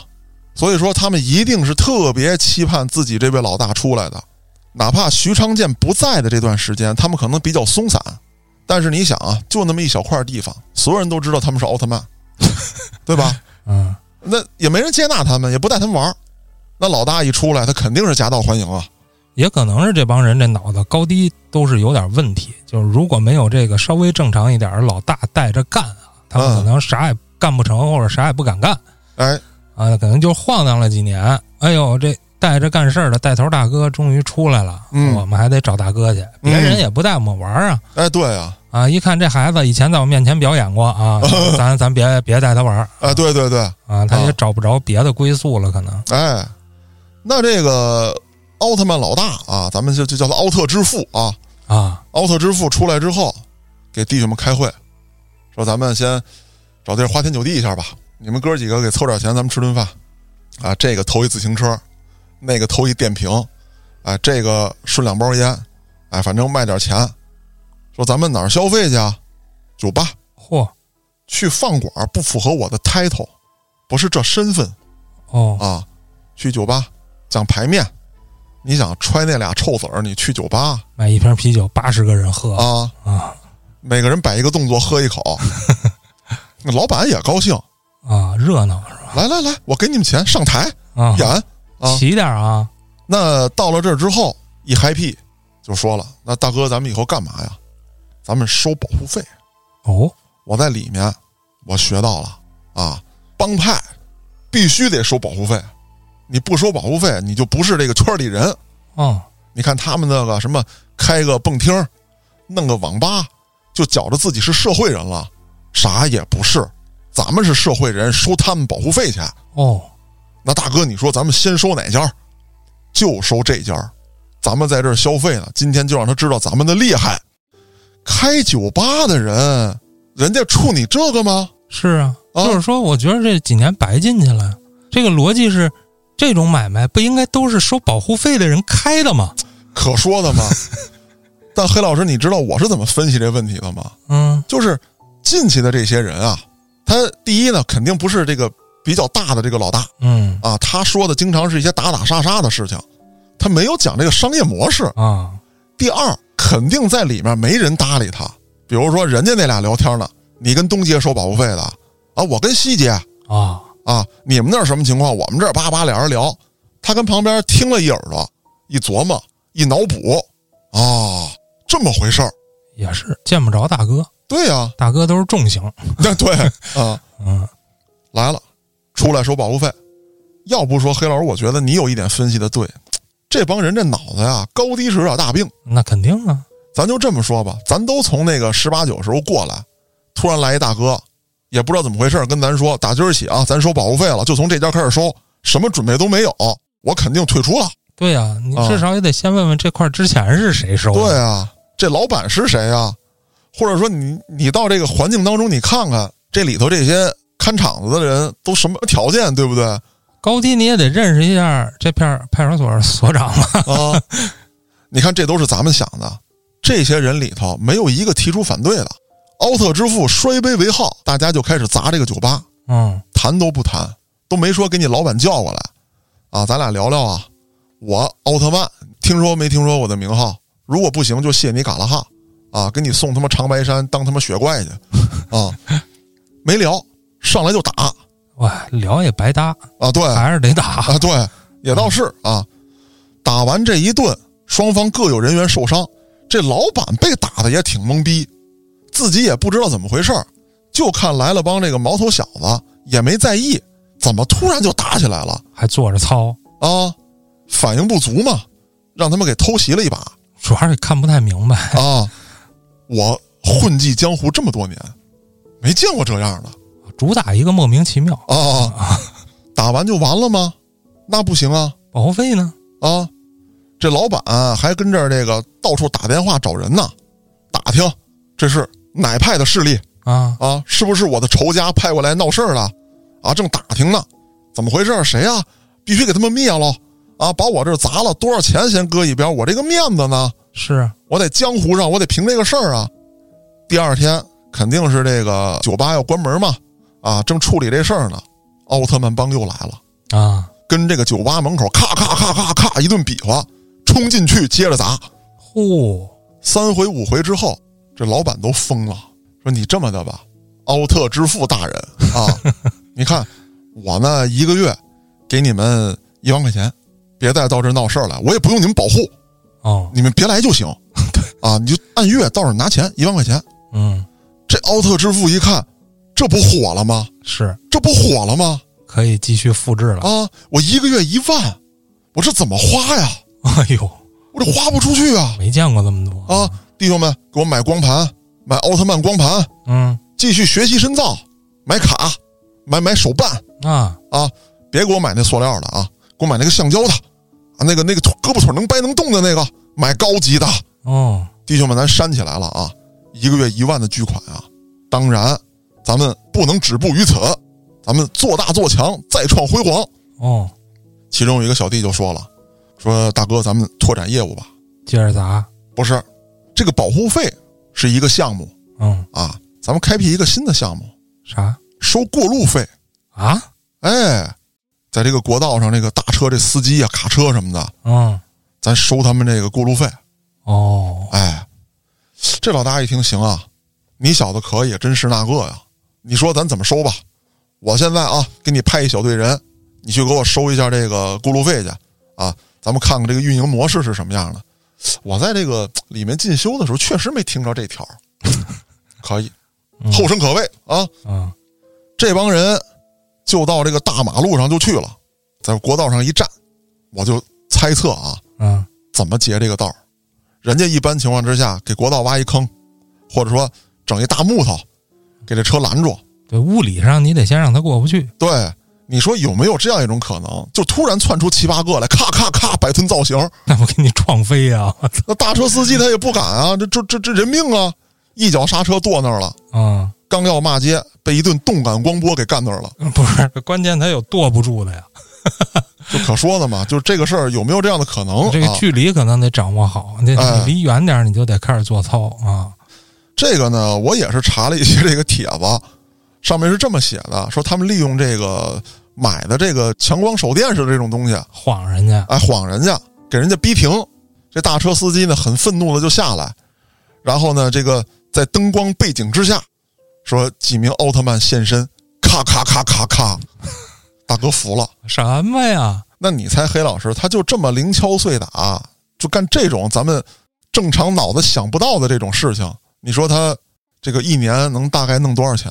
Speaker 1: 所以说，他们一定是特别期盼自己这位老大出来的。哪怕徐昌建不在的这段时间，他们可能比较松散，但是你想啊，就那么一小块地方，所有人都知道他们是奥特曼， [LAUGHS] 对吧？
Speaker 2: 嗯，
Speaker 1: 那也没人接纳他们，也不带他们玩儿。那老大一出来，他肯定是夹道欢迎啊。
Speaker 2: 也可能是这帮人这脑子高低都是有点问题，就是如果没有这个稍微正常一点的老大带着干啊，他们
Speaker 1: 嗯
Speaker 2: 可能啥也干不成，或者啥也不敢干
Speaker 1: 哎，
Speaker 2: 啊，可能就晃荡了几年。哎呦，这带着干事儿的带头大哥终于出来了，
Speaker 1: 嗯
Speaker 2: 我们还得找大哥去，别人
Speaker 1: 嗯
Speaker 2: 也不带我们玩儿啊。
Speaker 1: 哎，对啊，
Speaker 2: 啊！一看这孩子以前在我面前表演过啊，咱咱别别带他玩儿
Speaker 1: 哎，对对对，
Speaker 2: 啊，他也
Speaker 1: 啊
Speaker 2: 找不着别的归宿了，可能。
Speaker 1: 哎，那这个奥特曼老大啊，咱们就就叫他奥特之父啊。
Speaker 2: 啊，
Speaker 1: 奥特之父出来之后，给弟兄们开会，说咱们先找地儿花天酒地一下吧。你们哥几个给凑点钱，咱们吃顿饭。啊，这个投一自行车，那个投一电瓶，啊，这个顺两包烟，哎，反正卖点钱。说咱们哪儿消费去啊？酒吧
Speaker 2: 嚯，
Speaker 1: 去饭馆儿不符合我的 title，不是这身份。
Speaker 2: 哦，
Speaker 1: 啊，去酒吧讲排面，你想揣那俩臭子儿，你去酒吧
Speaker 2: 买一瓶啤酒，八十个人喝
Speaker 1: 啊，
Speaker 2: 啊
Speaker 1: 每个人摆一个动作，喝一
Speaker 2: [LAUGHS]
Speaker 1: 口，那老板也高兴，
Speaker 2: 啊，热闹是吧？
Speaker 1: 来来来，我给你们钱上台
Speaker 2: 啊，
Speaker 1: 演啊。
Speaker 2: 齐点儿啊，
Speaker 1: 那到了这儿之后，一 happy 就说了，那大哥，咱们以后干嘛呀？咱们收保护费。
Speaker 2: 哦，
Speaker 1: 我在里面我学到了啊，帮派必须得收保护费，你不收保护费，你就不是这个圈儿里人。
Speaker 2: 哦，
Speaker 1: 你看他们那个什么开个蹦厅儿，弄个网吧，就觉着自己是社会人了，啥也不是。咱们是社会人，收他们保护费去。
Speaker 2: 哦，
Speaker 1: 那大哥，你说咱们先收哪家儿？就收这家儿。咱们在这儿消费呢，今天就让他知道咱们的厉害。开酒吧的人，人家处你这个吗？
Speaker 2: 是啊，
Speaker 1: 啊
Speaker 2: 就是说，我觉得这几年白进去了。这个逻辑是，这种买卖不应该都是收保护费的人开的吗？
Speaker 1: 可说的吗？但黑老师，你知道我是怎么分析这问题的吗？
Speaker 2: 嗯，
Speaker 1: 就是进去的这些人啊，他第一呢，肯定不是这个比较大的这个老大
Speaker 2: 嗯，
Speaker 1: 啊，他说的经常是一些打打杀杀的事情，他没有讲这个商业模式。
Speaker 2: 啊，
Speaker 1: 第二，肯定在里面没人搭理他，比如说人家那俩聊天呢，你跟东街收保护费的啊，我跟西街
Speaker 2: 啊，
Speaker 1: 啊，你们那儿什么情况？我们这儿叭叭俩人聊，他跟旁边听了一耳朵，一琢磨，一脑补，啊，这么回事儿，
Speaker 2: 也是见不着大哥，
Speaker 1: 对啊呀、
Speaker 2: 大哥都是重刑。
Speaker 1: [LAUGHS] 那对啊。
Speaker 2: 嗯，
Speaker 1: 来了，出来收保护费。要不说黑老师，我觉得你有一点分析的对，这帮人这脑子呀，高低是有点大病。
Speaker 2: 那肯定啊，
Speaker 1: 咱就这么说吧，咱都从那个十八九时候过来，突然来一大哥，也不知道怎么回事，跟咱说打今儿起啊，咱收保护费了，就从这家开始收，什么准备都没有，我肯定退出了。
Speaker 2: 对呀、你
Speaker 1: 啊
Speaker 2: 至少也得先问问这块儿之前是谁收的。
Speaker 1: 对啊，这老板是谁啊？或者说你你到这个环境当中，你看看这里头这些看场子的人都什么条件，对不对？
Speaker 2: 高低你也得认识一下这片儿派出所所长吧？
Speaker 1: 啊， [LAUGHS] 你看，这都是咱们想的。这些人里头没有一个提出反对的。奥特之父摔杯为号，大家就开始砸这个酒吧，
Speaker 2: 嗯，
Speaker 1: 谈都不谈，都没说给你老板叫过来啊，咱俩聊聊啊。我奥特曼，听说没听说我的名号？如果不行，就谢你嘎拉哈。啊，给你送他妈长白山当他妈雪怪去啊，没聊，上来就打
Speaker 2: 哇，聊也白搭，
Speaker 1: 啊，对啊，
Speaker 2: 还是得打。
Speaker 1: 对，也倒是啊，打完这一顿，双方各有人员受伤，这老板被打的也挺懵逼，自己也不知道怎么回事儿，就看来了帮这个毛头小子也没在意，怎么突然就打起来了
Speaker 2: 还坐着操，
Speaker 1: 啊？反应不足嘛，让他们给偷袭了一把。
Speaker 2: 主要是看不太明白。
Speaker 1: 啊，我混迹江湖这么多年，没见过这样的
Speaker 2: 主打一个莫名其妙，
Speaker 1: 啊啊！打完就完了吗？那不行啊
Speaker 2: 保护费呢？
Speaker 1: 啊！这老板还跟这儿这个到处打电话找人呢，打听这是哪派的势力
Speaker 2: 啊，
Speaker 1: 啊？是不是我的仇家派过来闹事儿了？啊，正打听呢，怎么回事儿？谁呀、必须给他们灭了啊！把我这儿砸了，多少钱先搁一边？我这个面子呢？
Speaker 2: 是
Speaker 1: 我在江湖上，我得凭这个事儿啊。第二天肯定是这个酒吧要关门嘛，啊，正处理这事儿呢。奥特曼帮又来了，
Speaker 2: 啊，
Speaker 1: 跟这个酒吧门口咔咔咔咔咔一顿比划，冲进去接着砸。
Speaker 2: 嚯，
Speaker 1: 三回五回之后，这老板都疯了，说你这么的吧，奥特之父大人啊， [LAUGHS] 你看我呢一个月给你们一万块钱，别再到这儿闹事儿来，我也不用你们保护，
Speaker 2: 哦，
Speaker 1: 你们别来就行。啊，你就按月到手拿钱一万块钱。
Speaker 2: 嗯，
Speaker 1: 这奥特之父一看，这不火了吗？
Speaker 2: 是
Speaker 1: 这不火了吗？
Speaker 2: 可以继续复制了。 [LAUGHS]
Speaker 1: 啊，我一个月一万，我这怎么花呀？
Speaker 2: 哎呦，
Speaker 1: 我这花不出去啊！
Speaker 2: 没见过这么多
Speaker 1: 啊，，弟兄们，给我买光盘，买奥特曼光盘，
Speaker 2: 嗯
Speaker 1: 继续学习深造，买卡，买买手办
Speaker 2: 啊，
Speaker 1: 啊！别给我买那塑料的啊，给我买那个橡胶的，啊，那个那个腿胳膊腿能掰能动的那个，买高级的。
Speaker 2: 哦，
Speaker 1: 弟兄们，咱煽起来了啊！一个月一万的巨款啊！当然，咱们不能止步于此，咱们做大做强，再创辉煌。
Speaker 2: 哦，
Speaker 1: 其中有一个小弟就说了：“说大哥，咱们拓展业务吧。
Speaker 2: 接着砸，
Speaker 1: 不是，这个保护费是一个项目
Speaker 2: 嗯，
Speaker 1: 啊，咱们开辟一个新的项目，
Speaker 2: 啥
Speaker 1: 收过路费。
Speaker 2: 啊？
Speaker 1: 哎，在这个国道上，这个大车这司机啊、卡车什么的，
Speaker 2: 嗯，
Speaker 1: 咱收他们这个过路费。
Speaker 2: 哦，
Speaker 1: 哎，这老大一听，行啊，你小子可以，真是那个呀、你说咱怎么收吧？我现在啊，给你派一小队人，你去给我收一下这个过路费去啊，咱们看看这个运营模式是什么样的。我在这个里面进修的时候，确实没听着这条儿， [LAUGHS] 可以，
Speaker 2: 嗯
Speaker 1: 后生可畏啊！
Speaker 2: 嗯，
Speaker 1: 这帮人就到这个大马路上就去了，在国道上一站，我就猜测啊，
Speaker 2: 嗯，
Speaker 1: 怎么截这个道儿人家一般情况之下给国道挖一坑，或者说整一大木头给这车拦住。
Speaker 2: 对，物理上你得先让他过不去，
Speaker 1: 对，你说有没有这样一种可能，就突然窜出七八个来，咔咔咔摆臀造型？
Speaker 2: 那不给你撞飞呀、 [LAUGHS] 我操
Speaker 1: 那大车司机他也不敢啊，这这这这人命啊！一脚刹车跺那儿了，
Speaker 2: 嗯，
Speaker 1: 刚要骂街，被一顿动感光波给干那儿了。
Speaker 2: 不是，关键他有躲不住的呀。
Speaker 1: 就可说呢嘛，就是这个事儿有没有这样的可能？
Speaker 2: 这个
Speaker 1: 啊
Speaker 2: 距离可能得掌握好，那
Speaker 1: 哎
Speaker 2: 你离远点儿你就得开始做操啊。
Speaker 1: 这个呢，我也是查了一些这个帖子， [LAUGHS] 上面是这么写的，说他们利用这个买的这个强光手电似的这种东西，
Speaker 2: 晃人家，
Speaker 1: 哎，晃人家，给人家逼停。这大车司机呢，很愤怒的就下来，然后呢，这个在灯光背景之下，说几名奥特曼现身，咔咔咔咔咔， [LAUGHS] 大哥服了。
Speaker 2: 什么呀？
Speaker 1: 那你猜黑老师他就这么零敲碎打，就干这种咱们正常脑子想不到的这种事情，你说他这个一年能大概弄多少钱？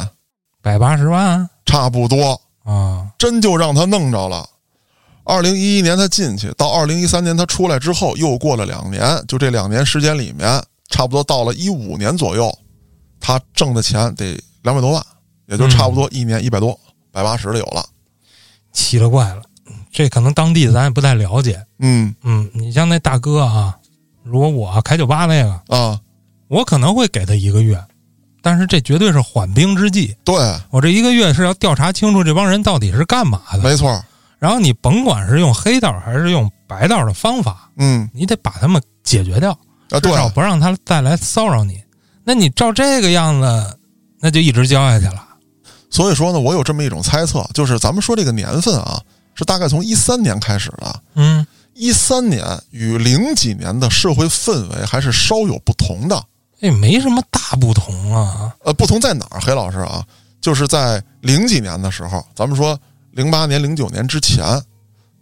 Speaker 2: 百八十万
Speaker 1: 差不多，
Speaker 2: 啊？
Speaker 1: 真就让他弄着了。二零一一年他进去，到二零一三年他出来之后，又过了两年，就这两年时间里面，差不多到了一五年左右，他挣的钱得两百多万，也就差不多一年一百多，百八十的有了。
Speaker 2: 奇了怪了，这可能当地咱也不太了解。
Speaker 1: 嗯
Speaker 2: 嗯，你像那大哥啊，如果我开酒吧那个，
Speaker 1: 啊，
Speaker 2: 我可能会给他一个月，但是这绝对是缓兵之计。
Speaker 1: 对，
Speaker 2: 我这一个月是要调查清楚这帮人到底是干嘛的，
Speaker 1: 没错儿，
Speaker 2: 然后你甭管是用黑道还是用白道的方法，
Speaker 1: 嗯
Speaker 2: 你得把他们解决掉，
Speaker 1: 啊，
Speaker 2: 至
Speaker 1: 对，
Speaker 2: 少不让他再来骚扰你。那你照这个样子，那就一直交下去了。
Speaker 1: 所以说呢，我有这么一种猜测，就是咱们说这个年份啊，是大概从一三年开始的。
Speaker 2: 嗯，
Speaker 1: 一三年与零几年的社会氛围还是稍有不同的。
Speaker 2: 这哎没什么大不同啊。
Speaker 1: 呃，不同在哪儿？黑老师啊，就是在零几年的时候，咱们说零八年、零九年之前，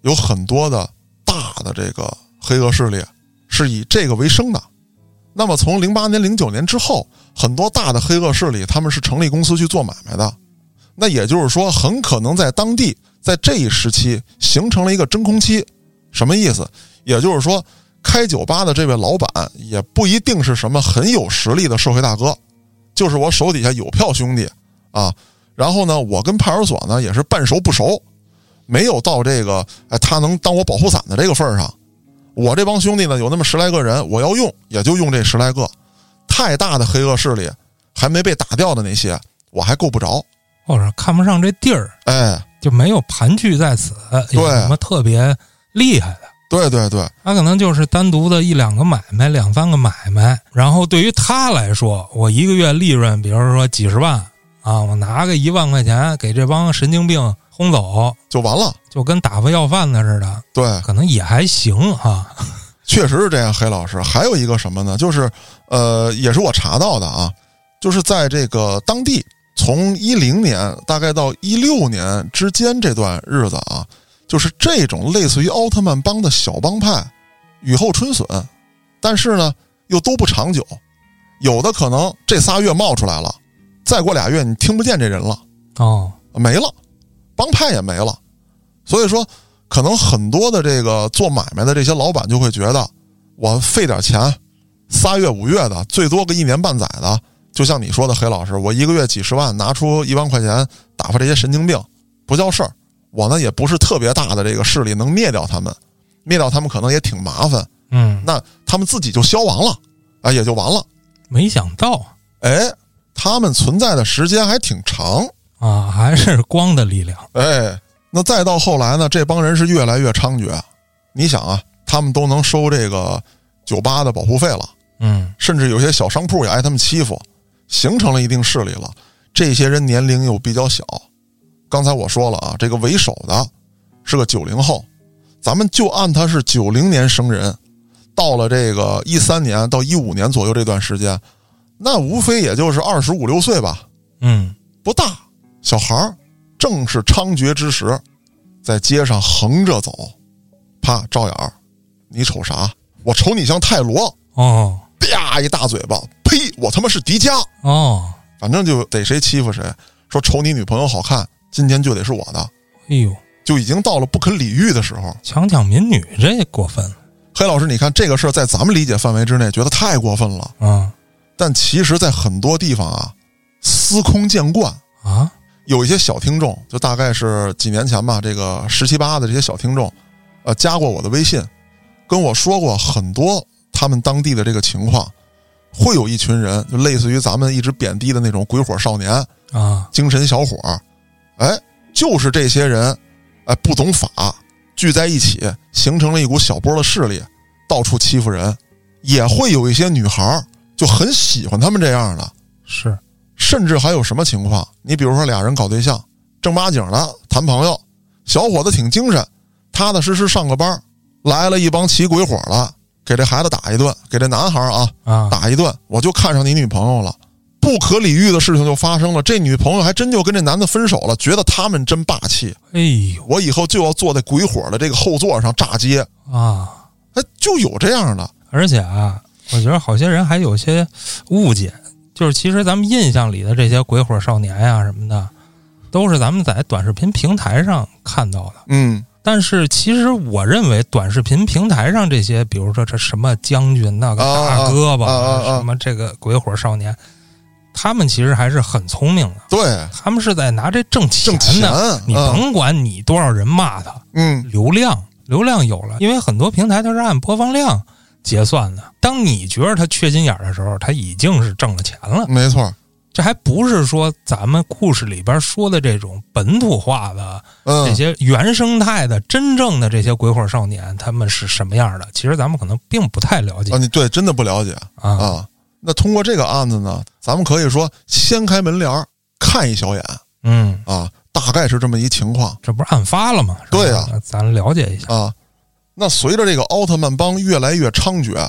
Speaker 1: 有很多的大的这个黑恶势力是以这个为生的。那么从零八年、零九年之后，很多大的黑恶势力他们是成立公司去做买卖的。那也就是说，很可能在当地在这一时期形成了一个真空期。什么意思？也就是说，开酒吧的这位老板也不一定是什么很有实力的社会大哥，就是我手底下有票兄弟啊。然后呢，我跟派出所呢也是半熟不熟，没有到这个哎他能当我保护伞的这个份儿上。我这帮兄弟呢有那么十来个人，我要用也就用这十来个。太大的黑恶势力还没被打掉的那些，我还够不着。
Speaker 2: 或者看不上这地儿，
Speaker 1: 哎，
Speaker 2: 就没有盘踞在此，有
Speaker 1: 对
Speaker 2: 什么特别厉害的？
Speaker 1: 对对对，
Speaker 2: 他可能就是单独的一两个买卖，两三个买卖。然后对于他来说，我一个月利润，比如说几十万啊，我拿个一万块钱给这帮神经病轰走，
Speaker 1: 就完了。
Speaker 2: 就跟打发要饭的似的，
Speaker 1: 对，
Speaker 2: 可能也还行啊哈、
Speaker 1: 确实是这样。黑老师，还有一个什么呢？就是呃，也是我查到的啊，就是在这个当地，从一零年大概到一六年之间这段日子啊，就是这种类似于奥特曼帮的小帮派雨后春笋，但是呢又都不长久，有的可能这仨月冒出来了，再过俩月你听不见这人了。
Speaker 2: 哦，
Speaker 1: 没了，帮派也没了。所以说，可能很多的这个做买卖的这些老板就会觉得，我费点钱，仨月五月的，最多个一年半载的，就像你说的，黑老师，我一个月几十万，拿出一万块钱打发这些神经病，不叫事儿。我呢也不是特别大的这个势力能灭掉他们，灭掉他们可能也挺麻烦，
Speaker 2: 嗯，
Speaker 1: 那他们自己就消亡了，啊，也就完了。
Speaker 2: 没想到
Speaker 1: 哎，他们存在的时间还挺长，
Speaker 2: 啊，还是光的力量，
Speaker 1: 哎，那再到后来呢，这帮人是越来越猖獗。你想啊，他们都能收这个酒吧的保护费了，
Speaker 2: 嗯，
Speaker 1: 甚至有些小商铺也挨他们欺负，形成了一定势力了。这些人年龄又比较小，刚才我说了啊，这个为首的是个九零后，咱们就按他是九零年生人，到了这个一三年到一五年左右这段时间，那无非也就是二十五六岁吧，
Speaker 2: 嗯，
Speaker 1: 不大，小孩儿正是猖獗之时，在街上横着走，啪照眼儿，你瞅啥？我瞅你像泰罗，
Speaker 2: 哦，
Speaker 1: 啪一大嘴巴，呸！我他妈是迪迦，
Speaker 2: 哦，
Speaker 1: 反正就逮谁欺负谁，说瞅你女朋友好看，今天就得是我的，
Speaker 2: 哎呦，
Speaker 1: 就已经到了不可理喻的时候。
Speaker 2: 强抢民女这也过分了
Speaker 1: 黑老师，你看这个事儿在咱们理解范围之内，觉得太过分了，
Speaker 2: 啊
Speaker 1: 但其实，在很多地方啊，司空见惯。
Speaker 2: 啊，
Speaker 1: 有一些小听众，就大概是几年前吧，这个十七八的这些小听众，呃，加过我的微信，跟我说过很多他们当地的这个情况，会有一群人，就类似于咱们一直贬低的那种鬼火少年、
Speaker 2: 啊，
Speaker 1: 精神小伙儿，哎，就是这些人，哎，不懂法，聚在一起，形成了一股小波的势力，到处欺负人，也会有一些女孩儿就很喜欢他们这样的，
Speaker 2: 是，
Speaker 1: 甚至还有什么情况？你比如说俩人搞对象，正八经的谈朋友，小伙子挺精神，踏踏实实上个班，来了一帮骑鬼火了，给这孩子打一顿，给这男孩啊
Speaker 2: 啊，
Speaker 1: 打一顿，我就看上你女朋友了。不可理喻的事情就发生了，这女朋友还真就跟这男的分手了，觉得他们真霸气，
Speaker 2: 哎呦
Speaker 1: 我以后就要坐在鬼火的这个后座上炸街。
Speaker 2: 啊。
Speaker 1: 哎，就有这样的，
Speaker 2: 而且啊，我觉得好些人还有些误解，就是其实咱们印象里的这些鬼火少年呀、什么的，都是咱们在短视频平台上看到的。
Speaker 1: 嗯，
Speaker 2: 但是其实我认为，短视频平台上这些，比如说这什么将军、那个
Speaker 1: 啊
Speaker 2: 大胳膊、
Speaker 1: 啊啊啊啊
Speaker 2: 什么这个鬼火少年，他们其实还是很聪明的，
Speaker 1: 对，
Speaker 2: 他们是在拿这挣钱
Speaker 1: 挣
Speaker 2: 的。
Speaker 1: 钱，
Speaker 2: [LAUGHS] 你
Speaker 1: 嗯
Speaker 2: 甭管你多少人骂他，
Speaker 1: 嗯，
Speaker 2: 流量，流量有了，因为很多平台它是按播放量结算的。当你觉得它缺心眼儿的时候，它已经是挣了钱了。
Speaker 1: 没错，
Speaker 2: 这还不是说咱们故事里边说的这种本土化的这
Speaker 1: 嗯，
Speaker 2: 些原生态的、真正的这些鬼火少年，他们是什么样的？其实咱们可能并不太了解
Speaker 1: 啊，你对，真的不了解，
Speaker 2: 啊。
Speaker 1: 啊。那通过这个案子呢，咱们可以说掀开门帘儿看一小眼
Speaker 2: 嗯，
Speaker 1: 啊，大概是这么一情况
Speaker 2: 这不是案发了吗？是吧
Speaker 1: 对啊，
Speaker 2: 咱了解一下。
Speaker 1: 啊。啊那随着这个奥特曼帮越来越猖獗，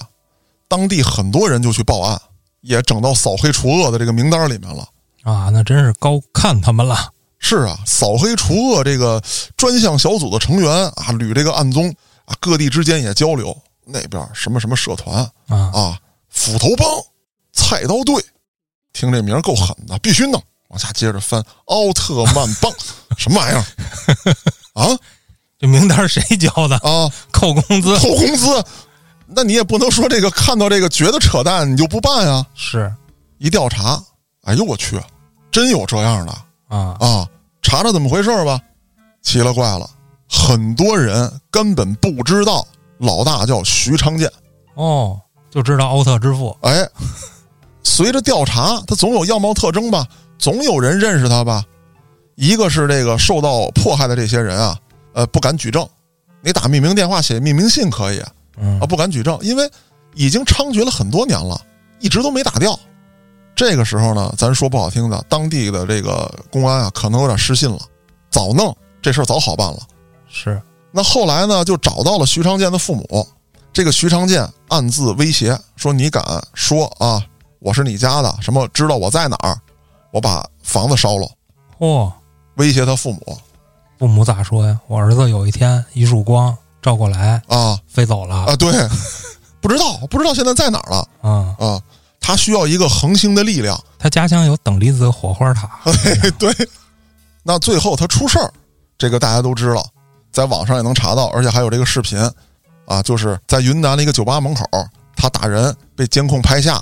Speaker 1: 当地很多人就去报案，也整到扫黑除恶的这个名单里面了。
Speaker 2: 啊，那真是高看他们了。
Speaker 1: 是啊，扫黑除恶这个专项小组的成员啊，捋这个案宗啊，各地之间也交流。那边什么什么社团
Speaker 2: 啊
Speaker 1: 啊，斧头帮、菜刀队，听这名儿够狠的，必须弄。往下接着翻，奥特曼帮什么玩意儿啊
Speaker 2: 这名单谁交的？
Speaker 1: 啊？
Speaker 2: 扣工资
Speaker 1: 扣工资，那你也不能说这个看到这个觉得扯淡你就不办啊。
Speaker 2: 是
Speaker 1: 一调查，哎呦我去，真有这样的
Speaker 2: 啊
Speaker 1: 啊！查查怎么回事儿吧。奇了怪了，很多人根本不知道老大叫徐昌建。
Speaker 2: 哦，就知道奥特之父
Speaker 1: 哎，随着调查，他总有样貌特征吧，总有人认识他吧。一个是这个受到迫害的这些人啊，呃，不敢举证。你打匿名电话、写匿名信可以啊，
Speaker 2: 嗯
Speaker 1: 不敢举证，因为已经猖獗了很多年了，一直都没打掉。这个时候呢，咱说不好听的，当地的这个公安啊，可能有点失信了，早弄这事儿早好办了。
Speaker 2: 是
Speaker 1: 那后来呢，就找到了徐长健的父母。这个徐长健暗自威胁说：“你敢说啊，我是你家的，什么知道我在哪儿，我把房子烧了。
Speaker 2: 嚯，”
Speaker 1: 威胁他父母
Speaker 2: 父母咋说呀？我儿子有一天一束光照过来，
Speaker 1: 啊
Speaker 2: 飞走了
Speaker 1: 啊，对， [LAUGHS] 不知道不知道现在在哪儿了
Speaker 2: 啊。
Speaker 1: 啊。他需要一个恒星的力量。
Speaker 2: 他家乡有等离子火花塔，
Speaker 1: [LAUGHS] 对，那最后他出事儿，这个大家都知道，在网上也能查到，而且还有这个视频啊，就是在云南的一个酒吧门口，他打人被监控拍下，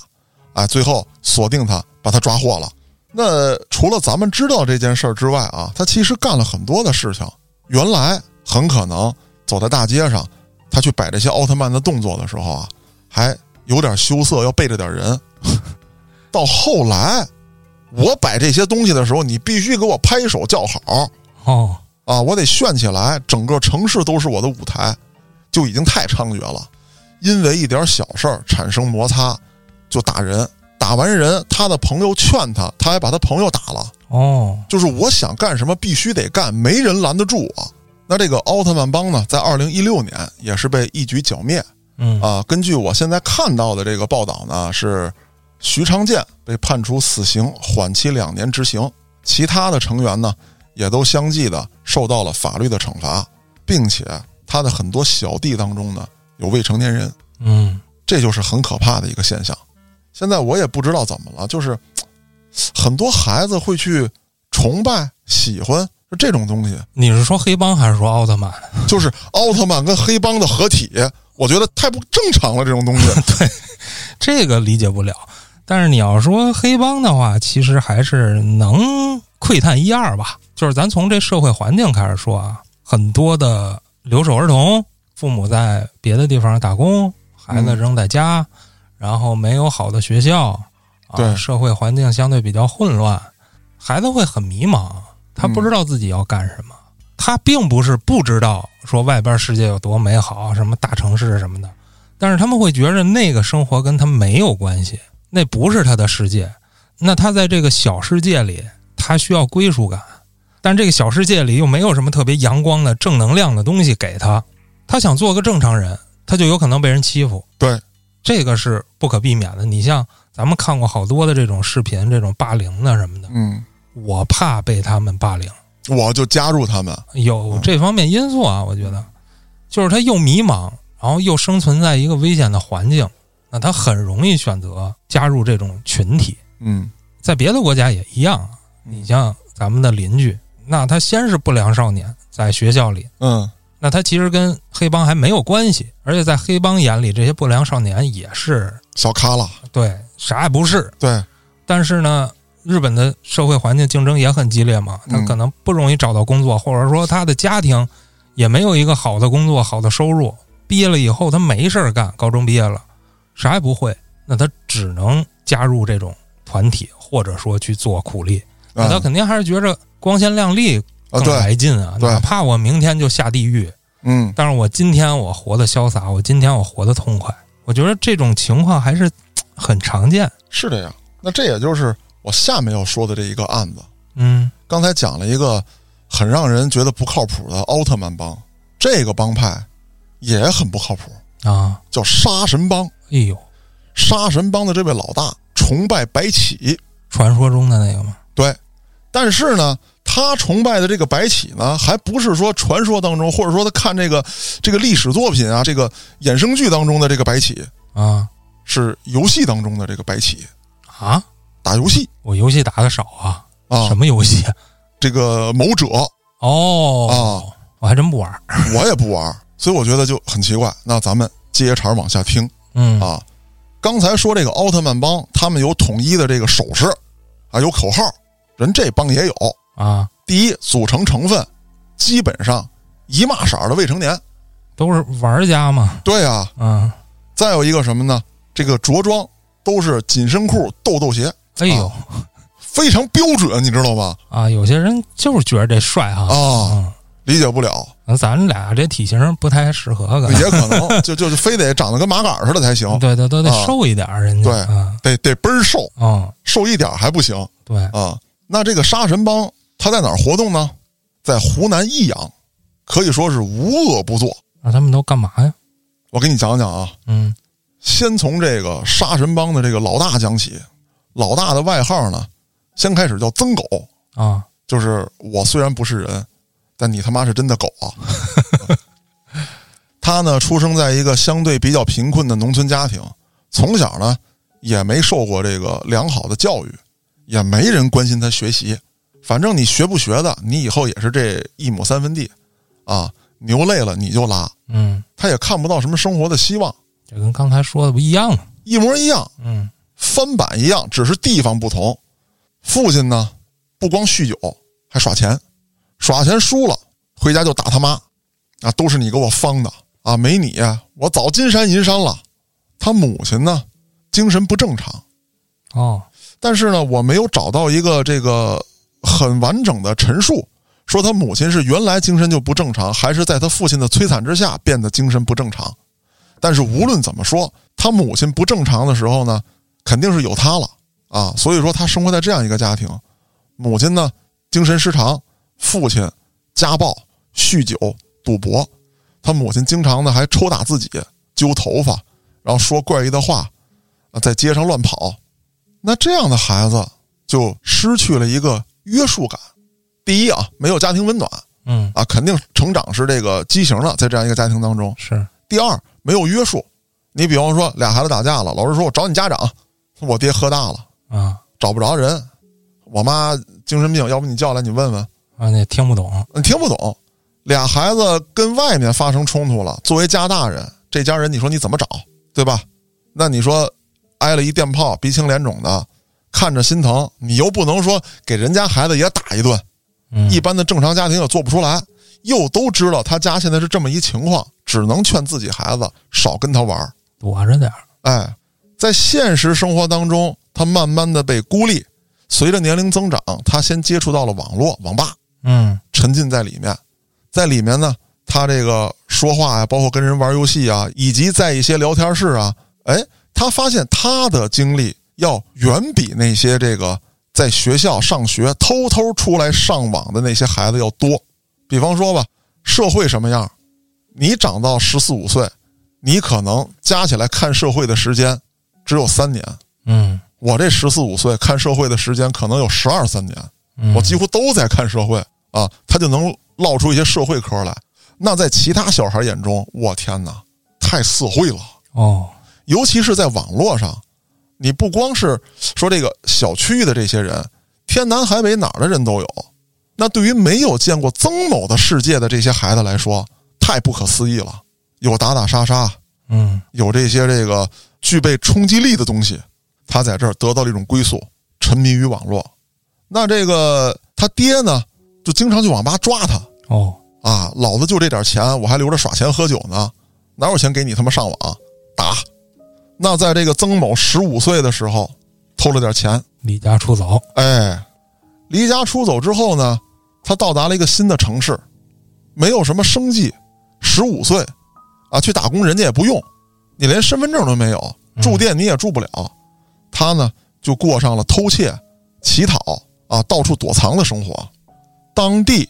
Speaker 1: 啊，最后锁定他，把他抓获了。那除了咱们知道这件事儿之外啊，他其实干了很多的事情。原来很可能走在大街上，他去摆这些奥特曼的动作的时候啊，还有点羞涩，要背着点人。 [LAUGHS] 到后来，我摆这些东西的时候，你必须给我拍手叫好
Speaker 2: 哦，
Speaker 1: 啊！我得炫起来，整个城市都是我的舞台，就已经太猖獗了。因为一点小事儿产生摩擦，就打人，打完人，他的朋友劝他，他还把他朋友打了。
Speaker 2: 哦，
Speaker 1: 就是我想干什么必须得干，没人拦得住我。那这个奥特曼帮呢，在二零一六年也是被一举剿灭
Speaker 2: 嗯，
Speaker 1: 啊。根据我现在看到的这个报道呢，是徐长健被判处死刑，缓期两年执行，其他的成员呢也都相继的受到了法律的惩罚，并且他的很多小弟当中呢有未成年人，
Speaker 2: 嗯，
Speaker 1: 这就是很可怕的一个现象。现在我也不知道怎么了，就是嘖很多孩子会去崇拜、喜欢就这种东西，
Speaker 2: 你是说黑帮还是说奥特曼？
Speaker 1: 就是奥特曼跟黑帮的合体，我觉得太不正常了。这种东西
Speaker 2: 这个理解不了。但是你要说黑帮的话，其实还是能窥探一二吧。就是咱从这社会环境开始说啊，很多的留守儿童，父母在别的地方打工，孩子
Speaker 1: 嗯
Speaker 2: 扔在家，然后没有好的学校，啊、
Speaker 1: 对
Speaker 2: 社会环境相对比较混乱，孩子会很迷茫，他不知道自己要干什么。他并不是不知道说外边世界有多美好，什么大城市什么的，但是他们会觉着那个生活跟他没有关系，那不是他的世界。那他在这个小世界里，他需要归属感，但这个小世界里又没有什么特别阳光的正能量的东西给他，他想做个正常人，他就有可能被人欺负。
Speaker 1: 对，
Speaker 2: 这个是不可避免的。你像咱们看过好多的这种视频，这种霸凌的什么的，
Speaker 1: 嗯，
Speaker 2: 我怕被他们霸凌。
Speaker 1: 我就加入他们。
Speaker 2: 有这方面因素啊，我觉得，就是他又迷茫，然后又生存在一个危险的环境，那他很容易选择加入这种群体。
Speaker 1: 嗯，
Speaker 2: 在别的国家也一样啊，你像咱们的邻居，那他先是不良少年，在学校里，
Speaker 1: 嗯，
Speaker 2: 那他其实跟黑帮还没有关系，而且在黑帮眼里，这些不良少年也是
Speaker 1: 小咖了，
Speaker 2: 对啥也不是。
Speaker 1: 对，
Speaker 2: 但是呢，日本的社会环境竞争也很激烈嘛，他
Speaker 1: 嗯
Speaker 2: 可能不容易找到工作，或者说他的家庭也没有一个好的工作、好的收入。毕业了以后，他没事儿干，高中毕业了，啥也不会，那他只能加入这种团体，或者说去做苦力。那他
Speaker 1: 啊
Speaker 2: 肯定还是觉着光鲜亮丽
Speaker 1: 啊，
Speaker 2: 更
Speaker 1: 对，
Speaker 2: 来劲啊，
Speaker 1: 对
Speaker 2: 哪怕我明天就下地狱，
Speaker 1: 嗯，
Speaker 2: 但是我今天我活得潇洒，我今天我活得痛快。我觉得这种情况还是很常见。
Speaker 1: 是这样。那这也就是我下面要说的这一个案子。
Speaker 2: 嗯
Speaker 1: 刚才讲了一个很让人觉得不靠谱的奥特曼帮，这个帮派也很不靠谱，
Speaker 2: 啊，
Speaker 1: 叫杀神帮。
Speaker 2: 哎呦。
Speaker 1: 杀神帮的这位老大出崇拜白起，
Speaker 2: 传说中的那个吗？
Speaker 1: 对，但是呢，他崇拜的这个白起呢，还不是说传说当中，或者说他看这个这个历史作品啊，这个衍生剧当中的这个白起，
Speaker 2: 啊
Speaker 1: 是游戏当中的这个白起，
Speaker 2: 啊，
Speaker 1: 打游戏
Speaker 2: 我游戏打的少啊，
Speaker 1: 啊
Speaker 2: 什，么游戏？
Speaker 1: 这个某者啊
Speaker 2: 哦，我还真不玩儿。
Speaker 1: 我也不玩儿，所以我觉得就很奇怪。那咱们接茬儿往下听
Speaker 2: 嗯
Speaker 1: 啊，刚才说这个奥特曼帮，他们有统一的这个手势啊，有口号，人这帮也有。
Speaker 2: 啊，
Speaker 1: 第一，组成成分基本上一嘛色儿的未成年。
Speaker 2: 都是玩家嘛。
Speaker 1: 对啊，
Speaker 2: 嗯，
Speaker 1: 再有一个什么呢？这个着装都是紧身裤、豆豆鞋，
Speaker 2: 哎呦
Speaker 1: 非常标准，你知道吗？
Speaker 2: 啊，有些人就是觉得这帅哈。
Speaker 1: 啊，理解不了，
Speaker 2: 嗯，咱俩这体型不哦太适合，可能
Speaker 1: 也可能就就就非得长得跟麻杆儿似的才行，
Speaker 2: 对对，都得
Speaker 1: 啊
Speaker 2: 瘦一点儿，人家
Speaker 1: 对
Speaker 2: 啊，
Speaker 1: 得得倍儿瘦，
Speaker 2: 嗯，
Speaker 1: 瘦一点儿还不行
Speaker 2: 对，
Speaker 1: 啊。那这个杀神帮他在哪儿活动呢？在湖南益阳，可以说是无恶不作。
Speaker 2: 那他们都干嘛呀？
Speaker 1: 我给你讲讲啊，
Speaker 2: 嗯
Speaker 1: 先从这个杀神帮的这个老大讲起。老大的外号呢，先开始叫曾狗，
Speaker 2: 啊，
Speaker 1: 就是我虽然不是人，但你他妈是真的狗啊！ [LAUGHS] 他呢，出生在一个相对比较贫困的农村家庭，从小呢也没受过这个良好的教育，也没人关心他学习。反正你学不学的，你以后也是这一亩三分地，啊，牛累了你就拉。
Speaker 2: 嗯，
Speaker 1: 他也看不到什么生活的希望，
Speaker 2: 这跟刚才说的不一样啊。
Speaker 1: 一模一样，
Speaker 2: 嗯
Speaker 1: 翻版一样，只是地方不同。父亲呢，不光酗酒，还耍钱，耍钱输了回家就打他妈，啊，都是你给我方的啊，没你我早金山银山了。他母亲呢，精神不正常，
Speaker 2: 哦，
Speaker 1: 但是呢，我没有找到一个这个很完整的陈述，说他母亲是原来精神就不正常，还是在他父亲的摧残之下变得精神不正常。但是无论怎么说，他母亲不正常的时候呢，肯定是有他了啊。所以说，他生活在这样一个家庭，母亲呢精神失常，父亲家暴、酗酒、赌博，他母亲经常呢还抽打自己、揪头发，然后说怪异的话，啊，在街上乱跑，那这样的孩子就失去了一个约束感。第一啊，没有家庭温暖
Speaker 2: 嗯
Speaker 1: 啊，肯定成长是这个畸形的，在这样一个家庭当中。
Speaker 2: 是，
Speaker 1: 第二，没有约束。你比方说俩孩子打架了，老师说我找你家长，我爹喝大了，
Speaker 2: 啊
Speaker 1: 找不着人，我妈精神病，要不你叫来你问问，
Speaker 2: 啊，那听不懂，
Speaker 1: 你听不懂。俩孩子跟外面发生冲突了，作为家大人，这家人你说你怎么找，对吧？那你说挨了一电炮，鼻青脸肿的，看着心疼，你又不能说给人家孩子也打一顿，
Speaker 2: 嗯
Speaker 1: 一般的正常家庭也做不出来。又都知道他家现在是这么一情况，只能劝自己孩子少跟他玩儿。
Speaker 2: 躲着点儿，
Speaker 1: 哎，在现实生活当中，他慢慢的被孤立，随着年龄增长，他先接触到了网络、网吧，
Speaker 2: 嗯
Speaker 1: 沉浸在里面，在里面呢，他这个说话啊呀，包括跟人玩游戏啊，以及在一些聊天室啊，哎，他发现他的经历要远比那些这个在学校上学偷偷出来上网的那些孩子要多。比方说吧，社会什么样，你长到十四五岁，你可能加起来看社会的时间只有三年。
Speaker 2: 嗯
Speaker 1: 我这十四五岁看社会的时间可能有十二三年，
Speaker 2: 嗯，
Speaker 1: 我几乎都在看社会啊，他就能唠出一些社会嗑来。那在其他小孩眼中，我天哪，太社会了！
Speaker 2: 哦，
Speaker 1: 尤其是在网络上，你不光是说这个小区的这些人，天南海北哪儿的人都有。那对于没有见过曾某的世界的这些孩子来说，太不可思议了。有打打杀杀，
Speaker 2: 嗯
Speaker 1: 有这些这个具备冲击力的东西，他在这儿得到了一种归宿，沉迷于网络。那这个他爹呢，就经常去网吧抓他
Speaker 2: 哦，
Speaker 1: 啊！老子就这点钱，我还留着耍钱喝酒呢，哪有钱给你他妈上网啊打？那在这个曾某十五岁的时候，偷了点钱，
Speaker 2: 离家出走，
Speaker 1: 哎，离家出走之后呢，他到达了一个新的城市，没有什么生计，十五岁，啊，去打工人家也不用，你连身份证都没有，住店你也住不了，他呢就过上了偷窃、乞讨啊，到处躲藏的生活。当地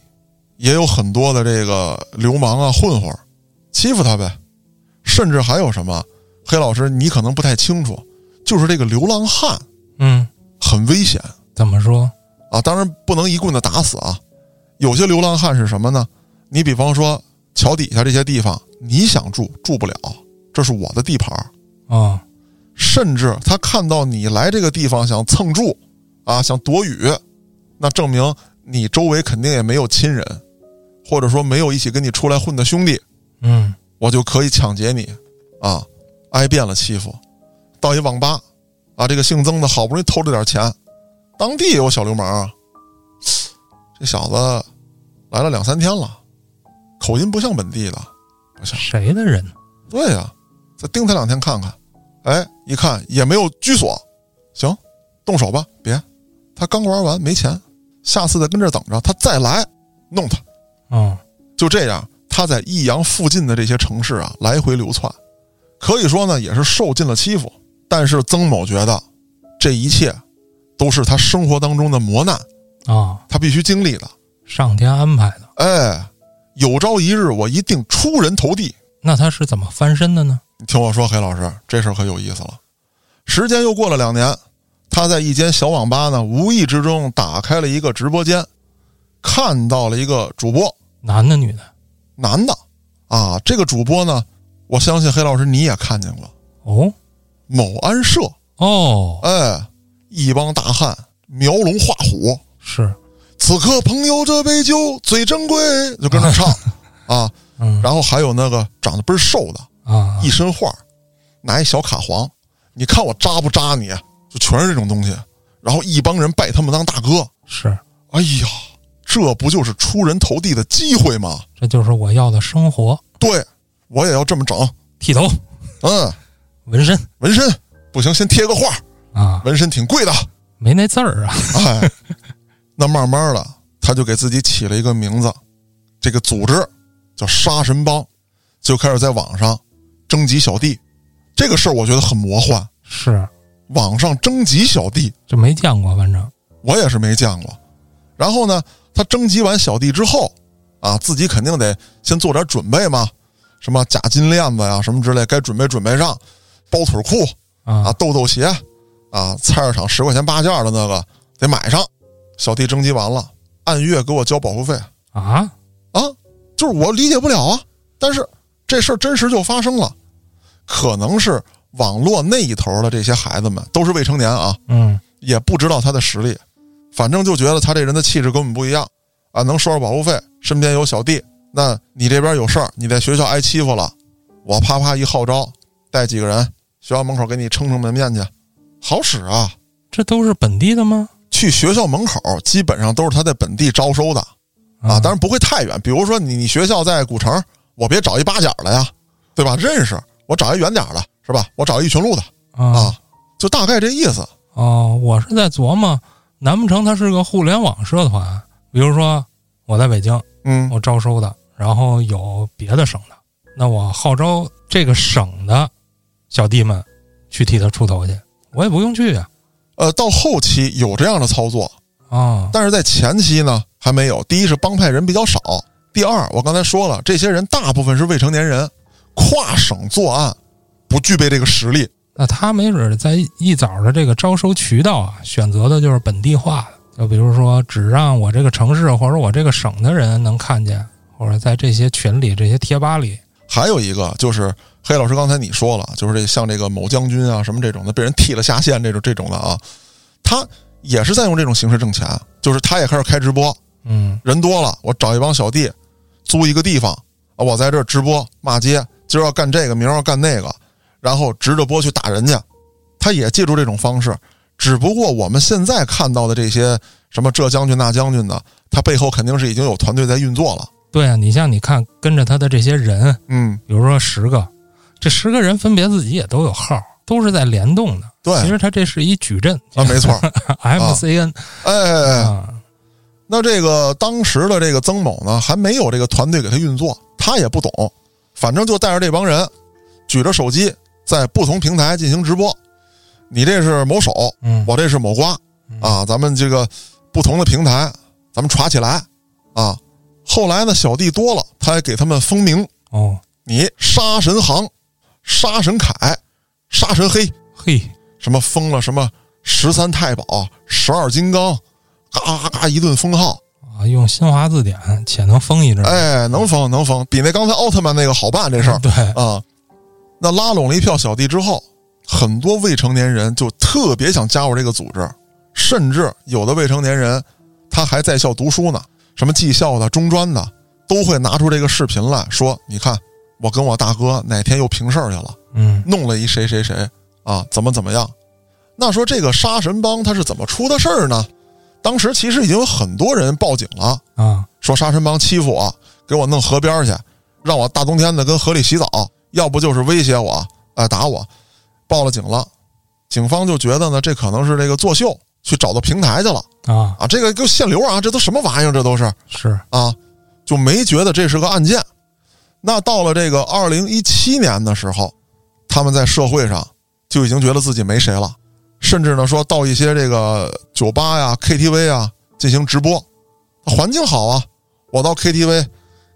Speaker 1: 也有很多的这个流氓啊、混混儿欺负他呗，甚至还有什么黑老师你可能不太清楚，就是这个流浪汉
Speaker 2: 嗯，
Speaker 1: 很危险
Speaker 2: 怎么说？
Speaker 1: 啊。当然不能一棍子打死啊。有些流浪汉是什么呢？你比方说桥底下这些地方，你想住住不了，这是我的地盘儿。
Speaker 2: 哦，
Speaker 1: 甚至他看到你来这个地方想蹭住，啊，想躲雨，那证明你周围肯定也没有亲人，或者说没有一起跟你出来混的兄弟，
Speaker 2: 嗯
Speaker 1: 我就可以抢劫你，啊，挨遍了欺负。到一网吧，啊，这个姓曾的好不容易偷着点钱，当地也有小流氓啊，这小子来了两三天了，口音不像本地的，
Speaker 2: 嗯
Speaker 1: 我想
Speaker 2: 谁的人？
Speaker 1: 对呀、再盯他两天看看。哎，一看也没有居所，行，动手吧，别，他刚玩完没钱，下次再跟这儿等着，他再来弄他。
Speaker 2: 哦，
Speaker 1: 就这样，他在益阳附近的这些城市啊来回流窜，可以说呢也是受尽了欺负。但是曾某觉得，这一切都是他生活当中的磨难，
Speaker 2: 哦，
Speaker 1: 他必须经历的。
Speaker 2: 上天安排的。
Speaker 1: 哎，有朝一日我一定出人头地。
Speaker 2: 那他是怎么翻身的呢？
Speaker 1: 你听我说，黑老师，这事儿可有意思了。时间又过了两年，他在一间小网吧呢，无意之中打开了一个直播间，看到了一个主播，
Speaker 2: 男的女的？
Speaker 1: 男的，啊，这个主播呢，我相信黑老师你也看见过，
Speaker 2: 哦
Speaker 1: 某安社，
Speaker 2: 哦，
Speaker 1: 哎，一帮大汉描龙画虎，
Speaker 2: 是，
Speaker 1: 此刻朋友这杯酒最珍贵，就跟着唱啊，
Speaker 2: 嗯
Speaker 1: 然后还有那个长得倍儿瘦的，
Speaker 2: 啊，
Speaker 1: 一身画，拿一小卡簧，你看我扎不扎你？就全是这种东西。然后一帮人拜他们当大哥，
Speaker 2: 是，
Speaker 1: 哎呀，这不就是出人头地的机会吗？
Speaker 2: 这就是我要的生活。
Speaker 1: 对，我也要这么整。
Speaker 2: 剃头、
Speaker 1: 嗯，
Speaker 2: 纹身
Speaker 1: 纹身不行，先贴个画，
Speaker 2: 啊，
Speaker 1: 纹身挺贵的。
Speaker 2: 没那字儿啊。
Speaker 1: 哎，那慢慢的，他就给自己起了一个名字，这个组织叫杀神帮，就开始在网上征集小弟。这个事儿我觉得很魔幻，
Speaker 2: 是，
Speaker 1: 网上征集小弟，
Speaker 2: 这没见过，反正
Speaker 1: 我也是没见过。然后呢，他征集完小弟之后，啊，自己肯定得先做点准备嘛，什么假金链子呀，什么之类，该准备准备上，包腿裤啊，
Speaker 2: 啊，
Speaker 1: 豆豆鞋啊，菜市场十块钱八件的那个得买上。小弟征集完了，按月给我交保护费
Speaker 2: 啊，
Speaker 1: 啊，就是我理解不了啊，但是这事儿真实就发生了，可能是网络那一头的这些孩子们都是未成年啊，
Speaker 2: 嗯，
Speaker 1: 也不知道他的实力，反正就觉得他这人的气质跟我们不一样啊，能收着保护费，身边有小弟，那你这边有事儿，你在学校挨欺负了，我啪啪一号召，带几个人，学校门口给你撑撑门面去，好使啊！
Speaker 2: 这都是本地的吗？
Speaker 1: 去学校门口基本上都是他在本地招收的啊，当然不会太远，比如说你你学校在古城，我别找一八角的呀，对吧？认识，我找一远点儿的，是吧？我找一群路的
Speaker 2: 啊
Speaker 1: 啊，就大概这意思。
Speaker 2: 哦，我是在琢磨，难不成它是个互联网社团？比如说我在北京，
Speaker 1: 嗯，
Speaker 2: 我招收的，然后有别的省的，那我号召这个省的小弟们去替他出头去，我也不用去啊。
Speaker 1: 呃，到后期有这样的操作，
Speaker 2: 啊，
Speaker 1: 但是在前期呢还没有。第一是帮派人比较少，第二我刚才说了，这些人大部分是未成年人，跨省作案不具备这个实力。
Speaker 2: 那他没准儿在一早的这个招收渠道啊，选择的就是本地化的，就比如说只让我这个城市或者我这个省的人能看见，或者在这些群里、这些贴吧里，
Speaker 1: 还有一个就是黑老师刚才你说了，就是这像这个某将军啊什么这种的被人剃了下线这种这种的啊，他也是在用这种形式挣钱，就是他也开始开直播，
Speaker 2: 嗯
Speaker 1: 人多了，我找一帮小弟，租一个地方啊，我在这儿直播骂街，今儿要干这个，明儿要干那个，然后直着播去打人家。他也借助这种方式，只不过我们现在看到的这些什么这将军那将军的，他背后肯定是已经有团队在运作了。
Speaker 2: 对啊，你像你看跟着他的这些人，
Speaker 1: 嗯，
Speaker 2: 比如说十个，这十个人分别自己也都有号，都是在联动的。
Speaker 1: 对
Speaker 2: 其实它这是一矩阵
Speaker 1: 啊，没错。
Speaker 2: ，MCN
Speaker 1: 哎哎，哎
Speaker 2: 啊，
Speaker 1: 那这个当时的这个曾某呢，还没有这个团队给他运作，他也不懂，反正就带着这帮人，举着手机在不同平台进行直播。你这是某手，
Speaker 2: 嗯，
Speaker 1: 我这是某瓜啊，咱们这个不同的平台，咱们耍起来啊。后来呢，小弟多了，他还给他们封名，
Speaker 2: 哦，
Speaker 1: 你杀神行、杀神凯、杀神黑，
Speaker 2: 嘿，
Speaker 1: 什么封了什么十三太保、十二金刚，嘎嘎嘎一顿封号。
Speaker 2: 啊，用新华字典且能封一阵儿。
Speaker 1: 哎，能封能封，比那刚才奥特曼那个好办这事儿
Speaker 2: [LAUGHS] 对，
Speaker 1: 啊。那拉拢了一票小弟之后，很多未成年人就特别想加入这个组织，甚至有的未成年人他还在校读书呢，什么技校的、中专的，都会拿出这个视频来说：“你看，我跟我大哥哪天又平事儿去了，
Speaker 2: 嗯，
Speaker 1: 弄了一谁谁谁啊，怎么怎么样。”那说这个杀神帮他是怎么出的事儿呢？当时其实已经有很多人报警了，
Speaker 2: 啊，
Speaker 1: 说沙尘帮欺负我，给我弄河边儿去，让我大冬天的跟河里洗澡，要不就是威胁我，哎，打我，报了警了。警方就觉得呢，这可能是这个作秀，去找到平台去了
Speaker 2: 啊，
Speaker 1: 啊，这个就限流啊，这都什么玩意儿？这都是
Speaker 2: 是，
Speaker 1: 啊，就没觉得这是个案件。那到了这个二零一七年的时候，他们在社会上就已经觉得自己没谁了，甚至呢说到一些这个酒吧呀、KTV 啊进行直播，环境好啊，我到 KTV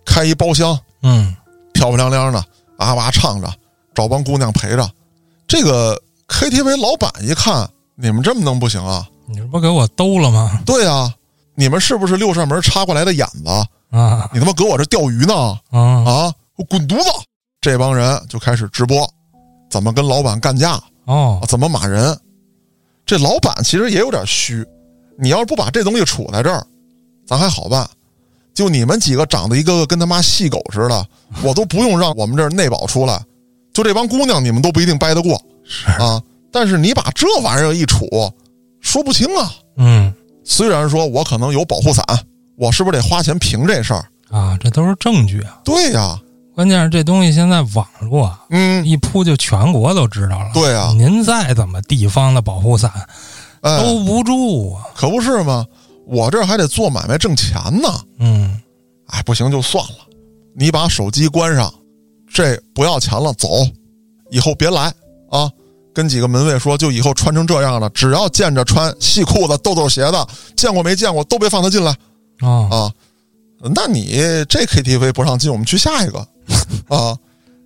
Speaker 1: 开一包厢，
Speaker 2: 嗯，
Speaker 1: 漂漂亮亮的，啊哇唱着，找帮姑娘陪着。这个 KTV 老板一看，你们这么弄不行啊？
Speaker 2: 你这不给我兜了吗？
Speaker 1: 对啊，你们是不是六扇门插过来的眼子？
Speaker 2: 啊
Speaker 1: 你他妈搁我这钓鱼呢？
Speaker 2: 啊
Speaker 1: 啊，我滚犊子！这帮人就开始直播，怎么跟老板干架，啊
Speaker 2: 哦，
Speaker 1: 怎么骂人。这老板其实也有点虚，你要是不把这东西杵在这儿，咱还好办。就你们几个长得一个个跟他妈细狗似的，我都不用让我们这儿内保出来，就这帮姑娘你们都不一定掰得过
Speaker 2: 是，
Speaker 1: 啊。但是你把这玩意儿一杵，说不清啊。
Speaker 2: 嗯
Speaker 1: 虽然说我可能有保护伞，我是不是得花钱评这事儿？
Speaker 2: 啊，这都是证据啊。
Speaker 1: 对呀、
Speaker 2: 关键是这东西现在网络啊
Speaker 1: 嗯，
Speaker 2: 一铺就全国都知道了。
Speaker 1: 对啊
Speaker 2: 您再怎么地方的保护伞
Speaker 1: 哎，
Speaker 2: 兜不住啊。
Speaker 1: 可不是吗？我这还得做买卖挣钱呢。
Speaker 2: 嗯，
Speaker 1: 哎，不行就算了，你把手机关上，这不要钱了，走，以后别来啊！跟几个门卫说，就以后穿成这样了，只要见着穿细裤子、豆豆鞋的，见过没见过都别放他进来
Speaker 2: 哦，
Speaker 1: 啊！那你这 KTV 不让进，我们去下一个啊！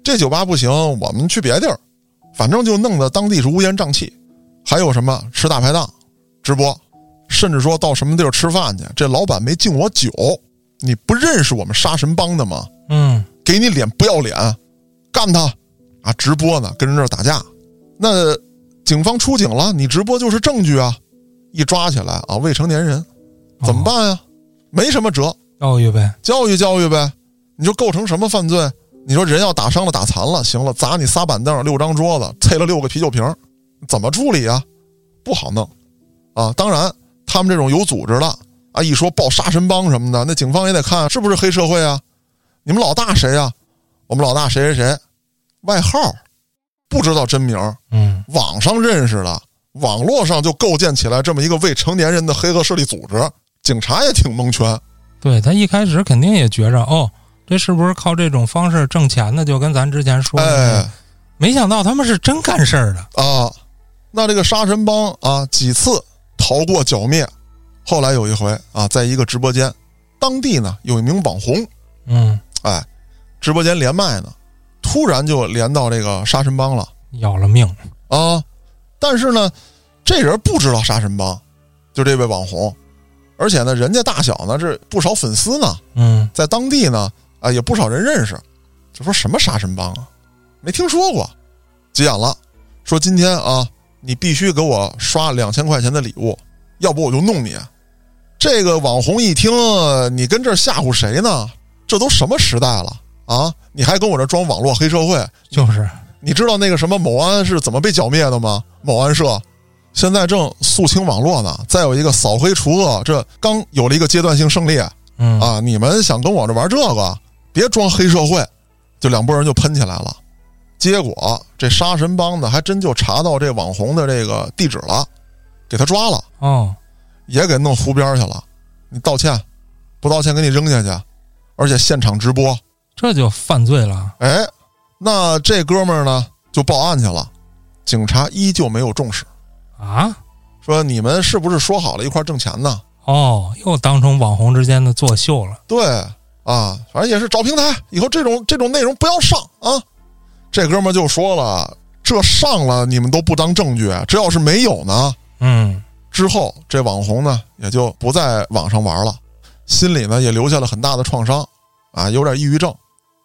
Speaker 1: 这酒吧不行，我们去别地儿，反正就弄得当地是乌烟瘴气。还有什么吃大排档、直播，甚至说到什么地儿吃饭去，这老板没敬我酒，你不认识我们杀神帮的吗？
Speaker 2: 嗯，
Speaker 1: 给你脸不要脸，干他！啊，直播呢，跟人这儿打架，那警方出警了，你直播就是证据啊！一抓起来啊，未成年人怎么办呀、啊没什么辙，
Speaker 2: 教育哦呗。
Speaker 1: 教育教育呗。你说构成什么犯罪？你说人要打伤了、打残了，行了，砸你仨板凳、六张桌子，碎了六个啤酒瓶儿，怎么处理啊？不好弄啊！当然，他们这种有组织的啊，一说报杀神帮什么的，那警方也得看是不是黑社会啊。你们老大谁啊？我们老大谁谁谁，外号不知道真名儿，
Speaker 2: 嗯，
Speaker 1: 网上认识的，网络上就构建起来这么一个未成年人的黑恶势力组织，警察也挺蒙圈。
Speaker 2: 对他一开始肯定也觉着哦，这是不是靠这种方式挣钱的？就跟咱之前说的那个，
Speaker 1: 哎。
Speaker 2: 没想到他们是真干事儿的。
Speaker 1: 啊，那这个杀神帮啊，几次逃过剿灭。后来有一回啊，在一个直播间，当地呢有一名网红，
Speaker 2: 嗯，
Speaker 1: 哎，直播间连麦呢，突然就连到这个杀神帮了
Speaker 2: 要了命。
Speaker 1: 啊。但是呢，这人不知道杀神帮，就这位网红，而且呢，人家大小呢这不少粉丝呢，
Speaker 2: 嗯
Speaker 1: 在当地呢啊也不少人认识，就说什么杀神帮啊，没听说过，急眼了，说今天啊你必须给我刷两千块钱的礼物，要不我就弄你。啊这个网红一听你跟这儿吓唬谁呢？这都什么时代了啊？你还跟我这装网络黑社会？，
Speaker 2: 就是
Speaker 1: 你知道那个什么某安是怎么被剿灭的吗？某安社现在正肃清网络呢，再有一个扫黑除恶，这刚有了一个阶段性胜利。
Speaker 2: 嗯
Speaker 1: 啊，你们想跟我这玩这个，别装黑社会，就两拨人就喷起来了。结果这杀神帮的还真就查到这网红的这个地址了，给他抓了，
Speaker 2: 哦，
Speaker 1: 也给弄湖边儿去了。你道歉，不道歉给你扔下去，而且现场直播。
Speaker 2: 这就犯罪了。
Speaker 1: 哎，那这哥们儿呢就报案去了，警察依旧没有重视，
Speaker 2: 啊！
Speaker 1: 说你们是不是说好了一块儿挣钱呢？
Speaker 2: 哦，又当成网红之间的作秀了。
Speaker 1: 对啊，反正也是找平台，以后这种这种内容不要上啊。这哥们儿就说了，这上了你们都不当证据，这要是没有呢，
Speaker 2: 嗯
Speaker 1: 之后，这网红呢也就不在网上玩了，心里呢也留下了很大的创伤，啊，有点抑郁症。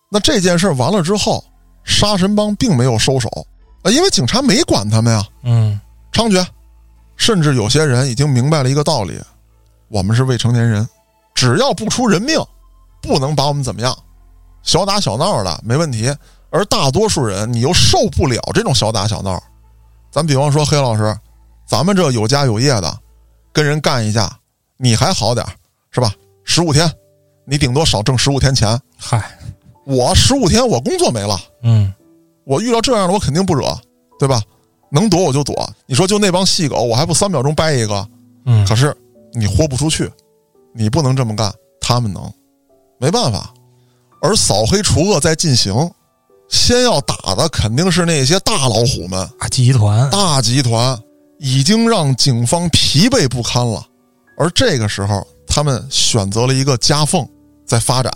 Speaker 1: 那这件事儿完了之后，杀神帮并没有收手，啊，因为警察没管他们呀。
Speaker 2: 嗯
Speaker 1: 猖獗，甚至有些人已经明白了一个道理：我们是未成年人，只要不出人命，不能把我们怎么样。小打小闹的没问题，而大多数人你又受不了这种小打小闹。咱比方说黑老师，咱们这有家有业的，跟人干一架，你还好点儿是吧？十五天，你顶多少挣十五天钱。
Speaker 2: 嗨
Speaker 1: 我十五天我工作没了，
Speaker 2: 嗯
Speaker 1: 我遇到这样的我肯定不惹，对吧？能躲我就躲。你说就那帮细狗，我还不三秒钟掰一个？
Speaker 2: 嗯
Speaker 1: 可是你豁不出去，你不能这么干，他们能，没办法。而扫黑除恶在进行，先要打的肯定是那些大老虎们、
Speaker 2: 大集团
Speaker 1: 大集团，已经让警方疲惫不堪了。而这个时候，他们选择了一个夹缝在发展。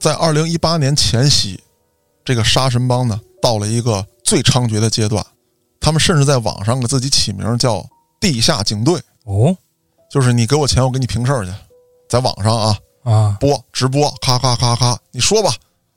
Speaker 1: 在二零一八年前夕，这个杀神帮呢到了一个最猖獗的阶段，他们甚至在网上给自己起名叫“地下警队”。
Speaker 2: 哦
Speaker 1: 就是你给我钱，我给你平事儿去，在网上啊
Speaker 2: 啊，
Speaker 1: 播直播，咔咔咔咔，你说吧，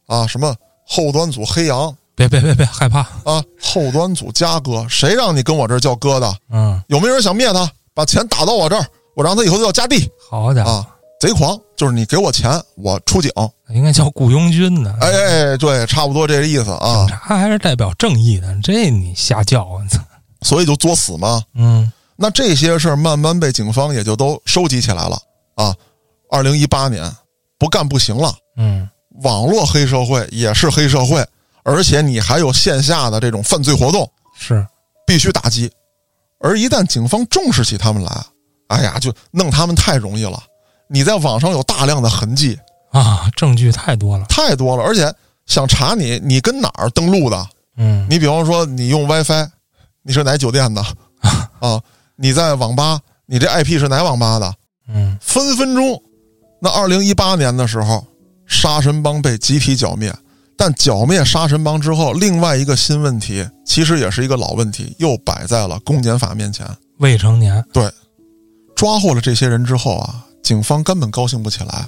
Speaker 1: 啊什么后端组黑羊
Speaker 2: 别别别别害怕，
Speaker 1: 啊，后端组嘉哥，谁让你跟我这儿叫哥的？
Speaker 2: 嗯，
Speaker 1: 有没有人想灭他？把钱打到我这儿，我让他以后都叫家弟
Speaker 2: 好家伙，
Speaker 1: 啊！贼狂，就是你给我钱，我出警。
Speaker 2: 应该叫雇佣军呢。
Speaker 1: 哎哎，哎对，差不多这个意思啊
Speaker 2: 警。察还是代表正义的，这你瞎叫啊！操
Speaker 1: 所以就作死嘛。
Speaker 2: 嗯
Speaker 1: 那这些事儿慢慢被警方也就都收集起来了啊。二零一八年不干不行了。
Speaker 2: 嗯
Speaker 1: 网络黑社会也是黑社会，而且你还有线下的这种犯罪活动，
Speaker 2: 是，
Speaker 1: 必须打击。而一旦警方重视起他们来，哎呀，就弄他们太容易了。你在网上有大量的痕迹，
Speaker 2: 啊，证据太多了。
Speaker 1: 太多了，而且想查你，你跟哪儿登录的？
Speaker 2: 嗯
Speaker 1: 你比方说你用 WiFi，你是哪酒店的啊？你在网吧，你这 IP 是哪网吧的？
Speaker 2: 嗯，
Speaker 1: 分分钟。那二零一八年的时候，杀神帮被集体剿灭，但剿灭杀神帮之后，另外一个新问题，其实也是一个老问题，又摆在了公检法面前。
Speaker 2: 未成年，
Speaker 1: 抓获了这些人之后啊，警方根本高兴不起来。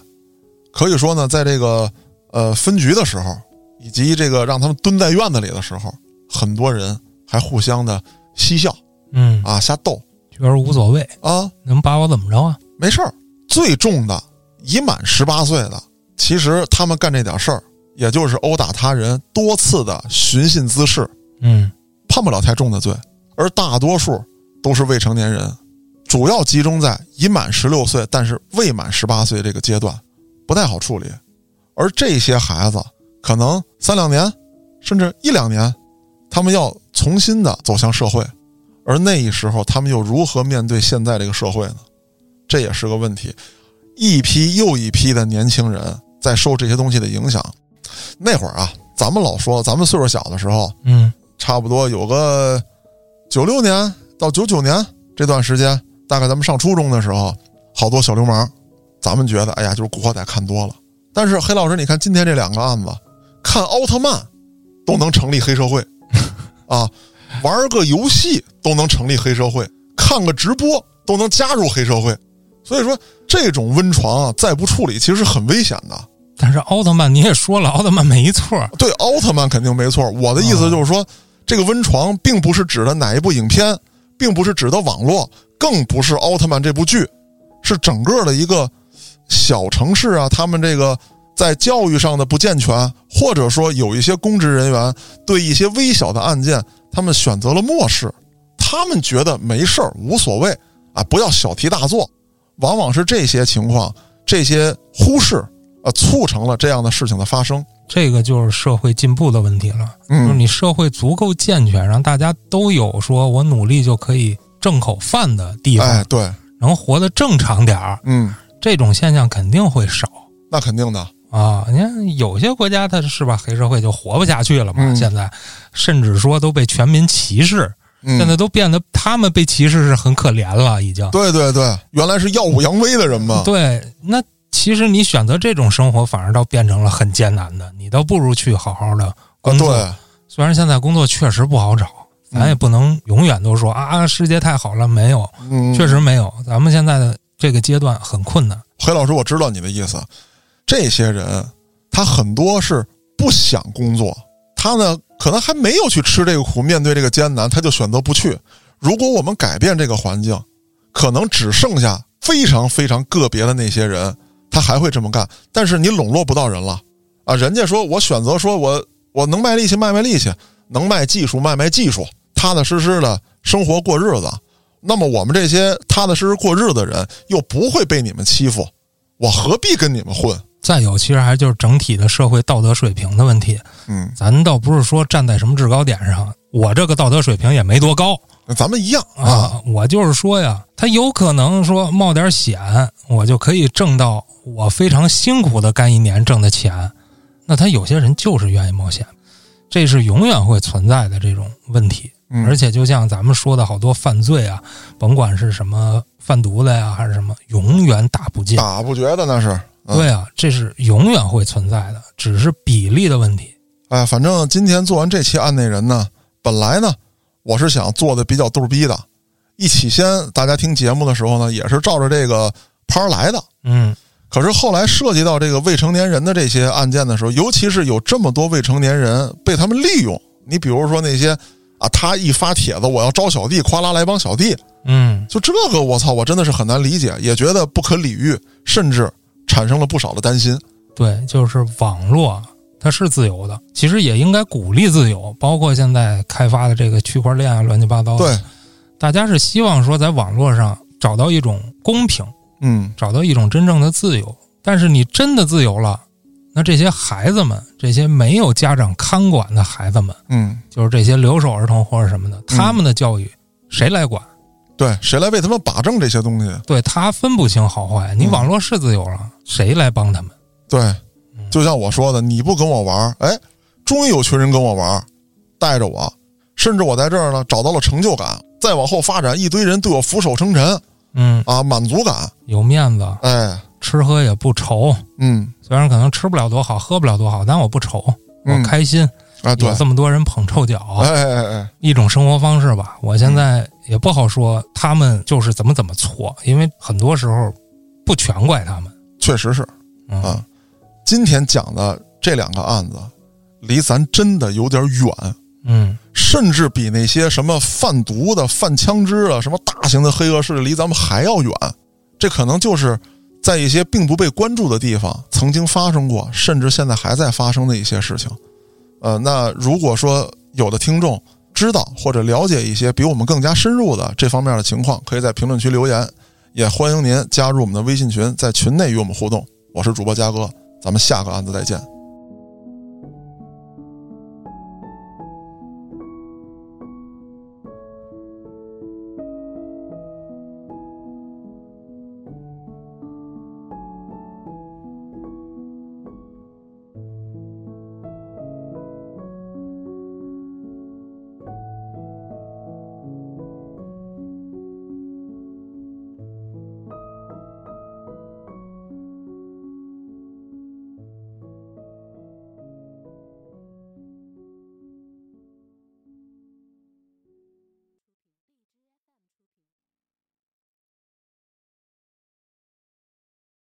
Speaker 1: 可以说呢，在这个呃分局的时候，以及这个让他们蹲在院子里的时候，很多人还互相的嬉笑
Speaker 2: 嗯，
Speaker 1: 啊、瞎斗
Speaker 2: 觉得无所谓，
Speaker 1: 啊，
Speaker 2: 能把我怎么着啊？
Speaker 1: 没事儿。最重的，已满十八岁的，其实他们干这点事儿，也就是殴打他人、多次的寻衅滋事，
Speaker 2: 嗯
Speaker 1: 判不了太重的罪。而大多数都是未成年人，主要集中在已满十六岁但是未满十八岁这个阶段，不太好处理。而这些孩子可能三两年，甚至一两年，他们要重新的走向社会，而那一时候他们又如何面对现在这个社会呢？这也是个问题。一批又一批的年轻人在受这些东西的影响。那会儿啊，咱们老说，咱们岁数小的时候，
Speaker 2: 嗯
Speaker 1: 差不多有个九六年到九九年这段时间，大概咱们上初中的时候，好多小流氓，咱们觉得哎呀，就是古惑仔看多了。但是黑老师，你看今天这两个案子，看奥特曼都能成立黑社会啊，玩个游戏都能成立黑社会，看个直播都能加入黑社会。所以说，这种温床啊，再不处理，其实是很危险的。
Speaker 2: 但是奥特曼你也说了，奥特曼没错儿。
Speaker 1: 对，奥特曼肯定没错。我的意思就是说，这个温床并不是指的哪一部影片，并不是指的网络，更不是奥特曼这部剧，是整个的一个小城市啊，他们这个在教育上的不健全，或者说有一些公职人员对一些微小的案件，他们选择了漠视，他们觉得没事儿，无所谓啊，不要小题大做。往往是这些情况，这些忽视，啊，促成了这样的事情的发生。
Speaker 2: 这个就是社会进步的问题了，
Speaker 1: 嗯
Speaker 2: 就是你社会足够健全，让大家都有说我努力就可以挣口饭的地方，
Speaker 1: 哎，对，
Speaker 2: 能活得正常点儿，
Speaker 1: 嗯，
Speaker 2: 这种现象肯定会少。
Speaker 1: 那肯定的，
Speaker 2: 啊，你看有些国家它是吧，黑社会就活不下去了嘛。
Speaker 1: 嗯
Speaker 2: 现在甚至说都被全民歧视，
Speaker 1: 嗯
Speaker 2: 现在都变得他们被歧视是很可怜了，已经。
Speaker 1: 对对对，原来是耀武扬威的人嘛，啊
Speaker 2: 对，那其实你选择这种生活，反而倒变成了很艰难的，你倒不如去好好的
Speaker 1: 啊，
Speaker 2: 工作。
Speaker 1: 对，
Speaker 2: 虽然现在工作确实不好找，咱也不能永远都说啊，世界太好了，没有，
Speaker 1: 嗯，
Speaker 2: 确实没有。咱们现在的这个阶段很困难，
Speaker 1: 裴老师，我知道你的意思。这些人，他很多是不想工作，他呢可能还没有去吃这个苦，面对这个艰难，他就选择不去。如果我们改变这个环境，可能只剩下非常非常个别的那些人，他还会这么干。但是你笼络不到人了啊！人家说我选择说我我能卖力气卖卖力气，能卖技术卖卖技术，踏踏实实的生活过日子。那么我们这些踏踏实实过日子的人，又不会被你们欺负，我何必跟你们混？
Speaker 2: 再有，其实还就是整体的社会道德水平的问题。
Speaker 1: 嗯，
Speaker 2: 咱倒不是说站在什么制高点上，我这个道德水平也没多高
Speaker 1: 咱们一样啊。
Speaker 2: 啊。我就是说呀，他有可能说冒点险，我就可以挣到我非常辛苦的干一年挣的钱。那他有些人就是愿意冒险，这是永远会存在的这种问题。
Speaker 1: 嗯
Speaker 2: 而且就像咱们说的好多犯罪啊，甭管是什么贩毒的呀，还是什么，永远打不尽。
Speaker 1: 打不觉得那是。嗯
Speaker 2: 对啊，这是永远会存在的，只是比例的问题。
Speaker 1: 哎，反正今天做完这期案内人呢，本来呢，我是想做的比较逗逼的，一起先大家听节目的时候呢，也是照着这个拍儿来的。
Speaker 2: 嗯，
Speaker 1: 可是后来涉及到这个未成年人的这些案件的时候，尤其是有这么多未成年人被他们利用，你比如说那些啊，他一发帖子我要招小弟，夸啦来帮小弟，
Speaker 2: 嗯，
Speaker 1: 就这个，我操，我真的是很难理解，也觉得不可理喻，甚至产生了不少的担心。
Speaker 2: 对，就是网络它是自由的，其实也应该鼓励自由，包括现在开发的这个区块链啊，乱七八糟的。，
Speaker 1: 对，
Speaker 2: 大家是希望说在网络上找到一种公平，
Speaker 1: 嗯，
Speaker 2: 找到一种真正的自由。但是你真的自由了，那这些孩子们，这些没有家长看管的孩子们，
Speaker 1: 嗯，
Speaker 2: 就是这些留守儿童或者什么的，他们的教育谁来管？
Speaker 1: 对，谁来为他们把正这些东西？
Speaker 2: 对他分不清好坏。你
Speaker 1: 嗯
Speaker 2: 网络是自由了，谁来帮他们？
Speaker 1: 对，
Speaker 2: 嗯
Speaker 1: 就像我说的，你不跟我玩儿，哎，终于有群人跟我玩儿，带着我，甚至我在这儿呢找到了成就感，再往后发展，一堆人对我俯首称臣
Speaker 2: 嗯，
Speaker 1: 啊，满足感，
Speaker 2: 有面子，
Speaker 1: 哎，
Speaker 2: 吃喝也不愁。
Speaker 1: 嗯，
Speaker 2: 虽然可能吃不了多好，喝不了多好，但我不愁，
Speaker 1: 嗯
Speaker 2: 我开心。
Speaker 1: 啊，对
Speaker 2: 有，这么多人捧臭脚，
Speaker 1: 哎哎哎哎，
Speaker 2: 一种生活方式吧。我
Speaker 1: 嗯
Speaker 2: 现在也不好说他们就是怎么怎么错，因为很多时候不全怪他们。
Speaker 1: 确实是。
Speaker 2: 嗯，
Speaker 1: 啊今天讲的这两个案子，离咱真的有点远。
Speaker 2: 嗯，
Speaker 1: 甚至比那些什么贩毒的、贩枪支啊、什么大型的黑恶势力离咱们还要远。这可能就是在一些并不被关注的地方曾经发生过，甚至现在还在发生的一些事情。呃，那如果说有的听众知道或者了解一些比我们更加深入的这方面的情况，可以在评论区留言，也欢迎您加入我们的微信群，在群内与我们互动。我是主播嘉哥，咱们下个案子再见，